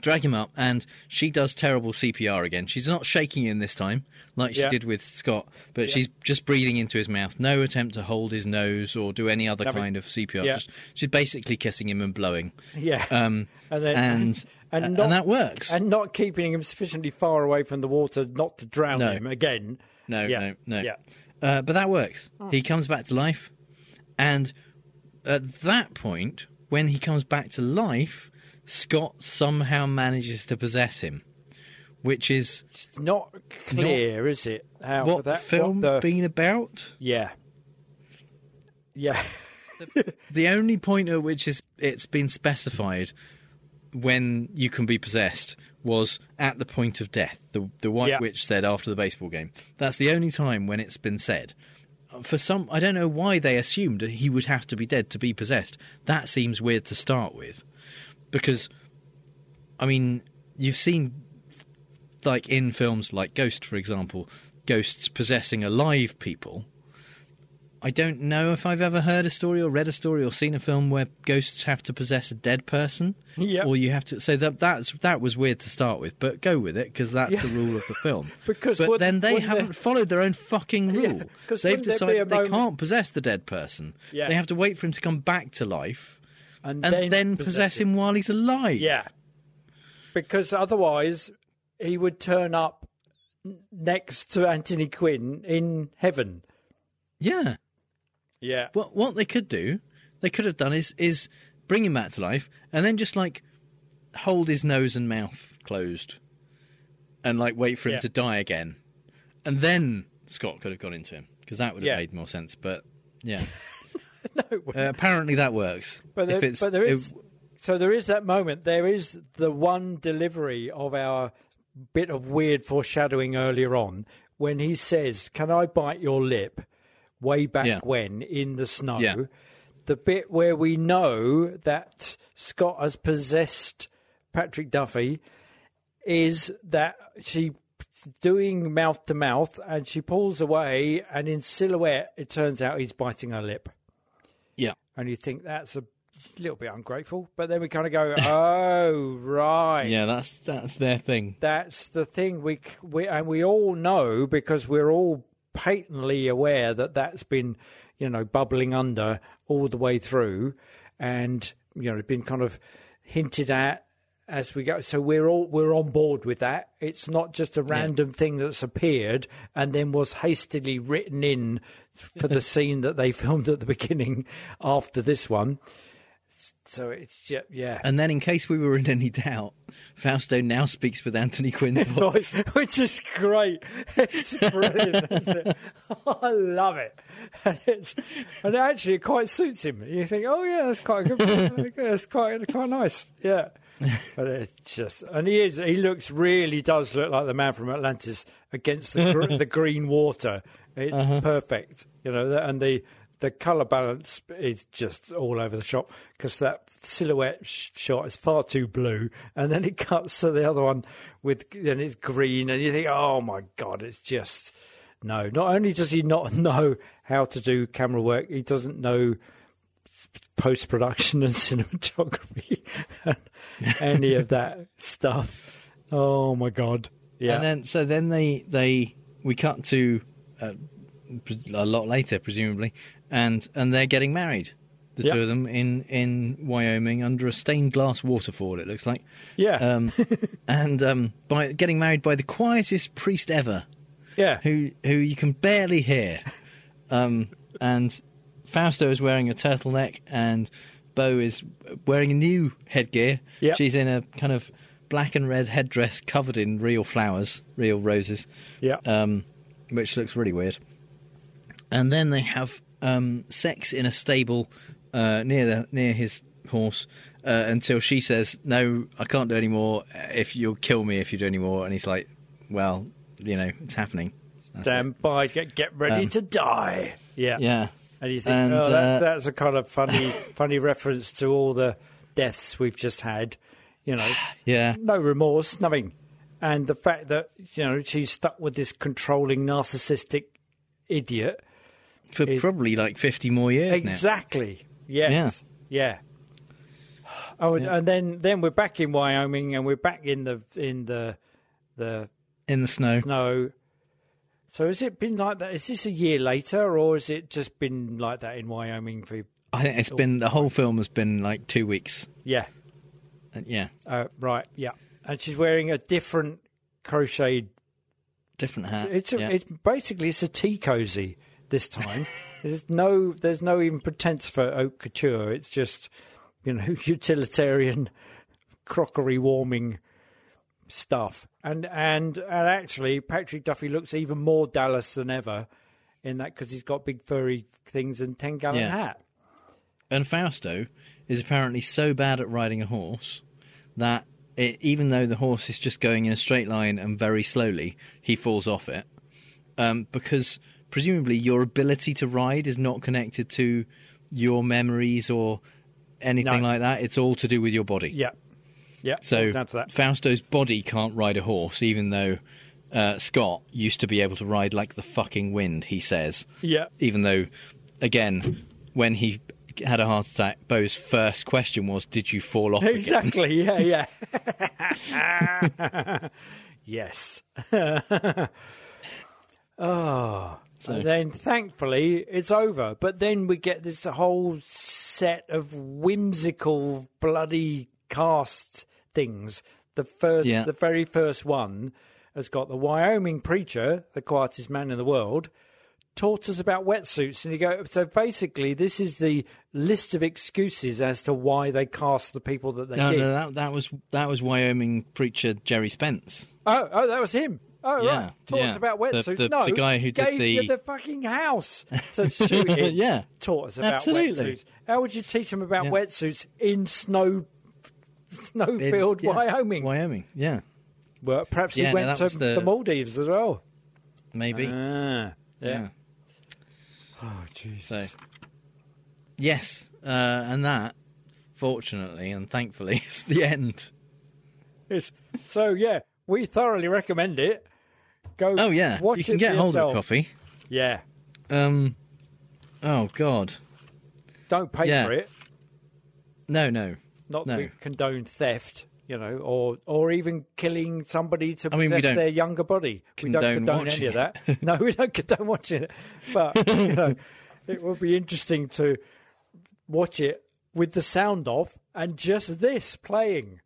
drag him up, and she does terrible CPR again. She's not shaking him this time, like she
Yeah.
did with Scott, but she's just breathing into his mouth. No attempt to hold his nose or do any other
Nothing.
kind of CPR.
Yeah.
Just, she's basically kissing him and blowing.
yeah.
Um,
and
and uh,
and,
and
not,
that works.
and not keeping him sufficiently far away from the water not to drown
No.
him again.
No,
Yeah,
no, no.
Yeah,
Uh, but that works. He comes back to life, and at that point, when he comes back to life, Scott somehow manages to possess him, which is
it's not clear, is it? How
what
that
the film's
what the-
been about.
Yeah, yeah.
The only point at which is it's been specified when you can be possessed was at the point of death. The the White
Yeah.
Witch said after the baseball game. That's the only time when it's been said. For some, I don't know why they assumed that he would have to be dead to be possessed. That seems weird to start with, because, I mean, you've seen, like in films like Ghost, for example, ghosts possessing alive people. I don't know if I've ever heard a story or read a story or seen a film where ghosts have to possess a dead person.
Yep.
Or you have to. So that that's that was weird to start with, but go with it because that's the rule of the film.
Because
but
would-
then they
wouldn't
haven't
there-
followed their own fucking rule.
'cause
They've
wouldn't there be a
decided they
moment-
can't possess the dead person.
Yeah.
They have to wait for him to come back to life. and, then, possess him while he's alive.
Yeah. Because otherwise, he would turn up n- next to Anthony Quinn in heaven.
yeah.
Yeah.
What what they could do, they could have done is is bring him back to life and then just like hold his nose and mouth closed, and like wait for him
Yeah.
to die again, and then Scott could have gone into him because that would have
Yeah.
made more sense. But yeah,
No,
uh, apparently that works.
But
If
there,
it's-
but there
it-
is so there is that moment. There is the one delivery of our bit of weird foreshadowing earlier on when he says, "Can I bite your lip?" Way back
Yeah.
when in the snow,
Yeah.
the bit where we know that Scott has possessed Patrick Duffy is that she doing mouth to mouth and she pulls away and in silhouette it turns out he's biting her lip
yeah,
and you think that's a little bit ungrateful. But then we kind of go, oh right,
yeah, that's that's their thing.
that's the thing. We c- we and we all know because we're all patently aware that that's been you know bubbling under all the way through, and you know been kind of hinted at. As we go, so we're all we're on board with that. It's not just a random thing that's appeared and then was hastily written in for the scene that they filmed at the beginning after this one. So it's yeah, yeah.
And then, in case we were in any doubt, Fausto now speaks with Anthony Quinn's voice.
voice, which is great. It's brilliant. isn't it? I love it. And, it's, and it actually quite suits him. You think, oh, yeah, that's quite good. that's quite, quite nice. Yeah. But it's just, and he is, he looks really does look like the man from Atlantis against the, gr- the green water. It's perfect. You know, and the, the color balance is just all over the shop because that silhouette sh- shot is far too blue, and then it cuts to the other one with then it's green, and you think, oh my god, it's just no. Not only does he not know how to do camera work, he doesn't know post production and cinematography and any of that stuff. Oh my god, yeah,
And then, so then they they we cut to uh, pre- a lot later, presumably, and and they're getting married, the
Yep.
two of them in in Wyoming under a stained glass waterfall. It looks like,
yeah,
um, and um, by getting married by the quietest priest ever,
yeah.
who who you can barely hear, um, and Fausto is wearing a turtleneck, and Bo is wearing a new headgear.
Yep.
She's in a kind of black and red headdress covered in real flowers, real roses.
Yeah.
um, which looks really weird. And then they have um, sex in a stable uh, near the near his horse. Uh, until she says, "No, I can't do any more. If you'll kill me if you do any more," and he's like, "Well, you know, it's happening." That's it.
Stand by, get get ready
Um,
to die. Yeah,
Yeah.
And you think,
And,
oh, that,
uh,
that's a kind of funny, funny reference to all the deaths we've just had. You know,
Yeah.
no remorse, nothing, and the fact that you know she's stuck with this controlling, narcissistic idiot.
For probably like 50 more years
Exactly. Yes. Yeah. Oh, and- and then then we're back in Wyoming, and we're back in the in the the
now. In the snow.
no. So has it been like that? Is this a year later, or has it just been like that in Wyoming for?
I think it's
Oh.
been, the whole film has been like two weeks.
Yeah.
And yeah.
Uh, right, yeah. And she's wearing a different crocheted.
Different hat.
It's a,
Uh, yeah.
it's basically it's a tea cozy this time. there's no there's no even pretense for haute couture. It's just you know utilitarian crockery warming stuff. And and and actually Patrick Duffy looks even more Dallas than ever in that because he's got big furry things and ten gallon
Yeah.
hat.
And Fausto is apparently so bad at riding a horse that it, even though the horse is just going in a straight line and very slowly, he falls off it. Um, because presumably your ability to ride is not connected to your memories or anything
No.
like that. It's all to do with your body.
Yeah, yeah.
So
down to that.
Fausto's body can't ride a horse, even though uh, Scott used to be able to ride like the fucking wind. He says,
Yeah,
even though, again, when he had a heart attack, Bo's first question was, "Did you fall off?" again?"
Exactly. Yeah, yeah. yes. oh,
So
And then thankfully it's over. But then we get this whole set of whimsical bloody cast things. The first
Yeah.
the very first one has got the Wyoming preacher, the quietest man in the world, taught us about wetsuits and you go so basically this is the list of excuses as to why they cast the people that they
no,
did.
no, uh, that that was that was Wyoming preacher Jerry Spence.
Oh, oh, that was him. Oh,
Yeah,
right. Taught us
yeah.
about
The-
wetsuits.
the-
no,
the guy who did
gave you
the-
the fucking house to shoot in.
Yeah.
taught us about
Absolutely.
wetsuits. How would you teach them about
Yeah.
wetsuits in snow, snowfield,
Yeah.
Wyoming?
Wyoming, yeah,
well, perhaps
Yeah,
he
no,
went
that was
to the...
the-
Maldives as well.
maybe.
Ah, yeah.
yeah.
Oh,
So,
Jesus.
yes, uh, and that, fortunately and thankfully, is the end.
It's- So, yeah, we thoroughly recommend it. Go.
Oh yeah,
watch
you can
it
get
for
hold of
yourself.
a copy.
Yeah,
Um, oh god,
don't pay
Yeah.
for it.
no, no.
Not
No.
that we condone theft, you know, or or even killing somebody to
I mean, we
possess
don't
their younger body. We don't
condone
condone any
watching
of that. no, we don't condone watching it. But you know, it would be interesting to watch it with the sound off and just this playing.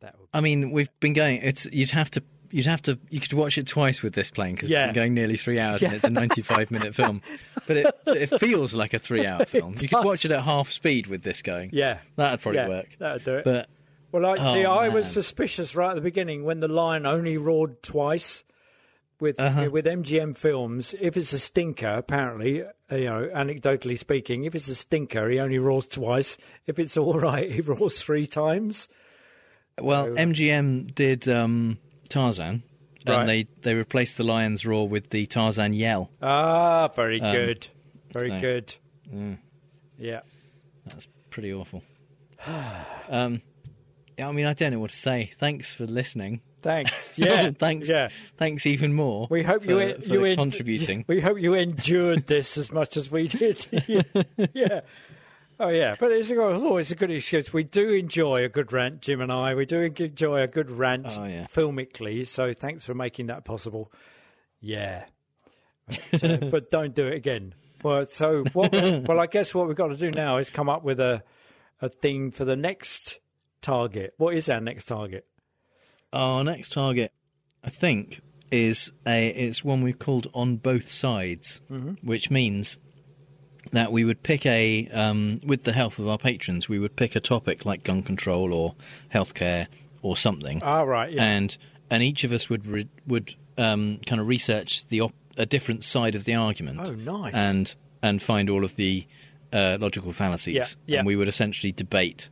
That would
I mean, we've been going. It's you'd have to. You'd have to. You could watch it twice with this plane because
Yeah.
we've been going nearly three hours and it's a ninety-five minute film. But it, it feels like a three-hour film. You could watch it at half speed with this going.
yeah,
that'd probably
yeah,
work.
That'd do it.
But
Well, like, see,
Oh,
I was
man.
suspicious right at the beginning when the lion only roared twice. With
Uh-huh.
with MGM films, if it's a stinker, apparently, uh, you know, anecdotally speaking, if it's a stinker, he only roars twice. If it's all right, he roars three times.
well, MGM did um, Tarzan, and
Right.
they they replaced the lion's roar with the Tarzan yell.
Ah, very good, very
Um, so- mm.
good. Yeah,
That's pretty awful. Um, yeah, I mean, I don't know what to say. Thanks for listening.
thanks. Yeah,
thanks.
Yeah,
Thanks even more.
we hope
for,
you en-
for
you en-
contributing.
We hope you endured this as much as we did. yeah. Oh yeah, but it's a good, oh, it's a good excuse. We do enjoy a good rant, Jim and I. We do enjoy a good rant
Oh, yeah.
filmically. So thanks for making that possible. Yeah, but, uh, but don't do it again. Well, so what? well, I guess what we've got to do now is come up with a a theme for the next target. What is our next target?
Our next target, I think, is a it's one we've called on both sides, which means that we would pick a um, with the help of our patrons, we would pick a topic like gun control or healthcare or something,
Ah, right. Yeah.
and and each of us would re- would um, kind of research the op- a different side of the argument.
Oh, nice.
And and find all of the uh, logical fallacies,
Yeah, yeah.
and we would essentially debate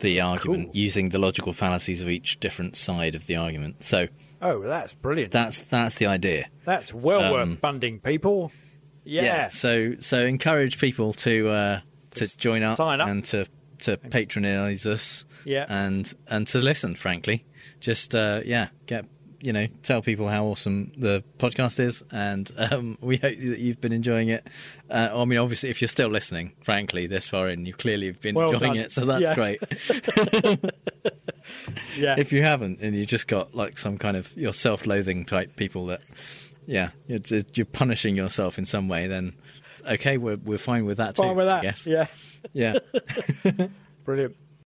the argument
Cool.
using the logical fallacies of each different side of the argument. So
oh, that's brilliant.
that's that's the idea.
That's well
Um,
worth funding, people. Yeah.
So so encourage people to uh, to
Just
join up,
sign up.
and to to patronise us.
Yeah.
And and to listen, frankly, just uh, yeah, get you know, tell people how awesome the podcast is, and um, we hope that you've been enjoying it. Uh, I mean, obviously, if you're still listening, frankly, this far in, you clearly have been
Well
enjoying
done.
it, so that's
Yeah.
great.
yeah.
if you haven't and you just got like some kind of your self-loathing type people that yeah you're, just, you're punishing yourself in some way then okay we're, we're fine with that too
Fine with that.
yes
Yeah.
yeah
Brilliant.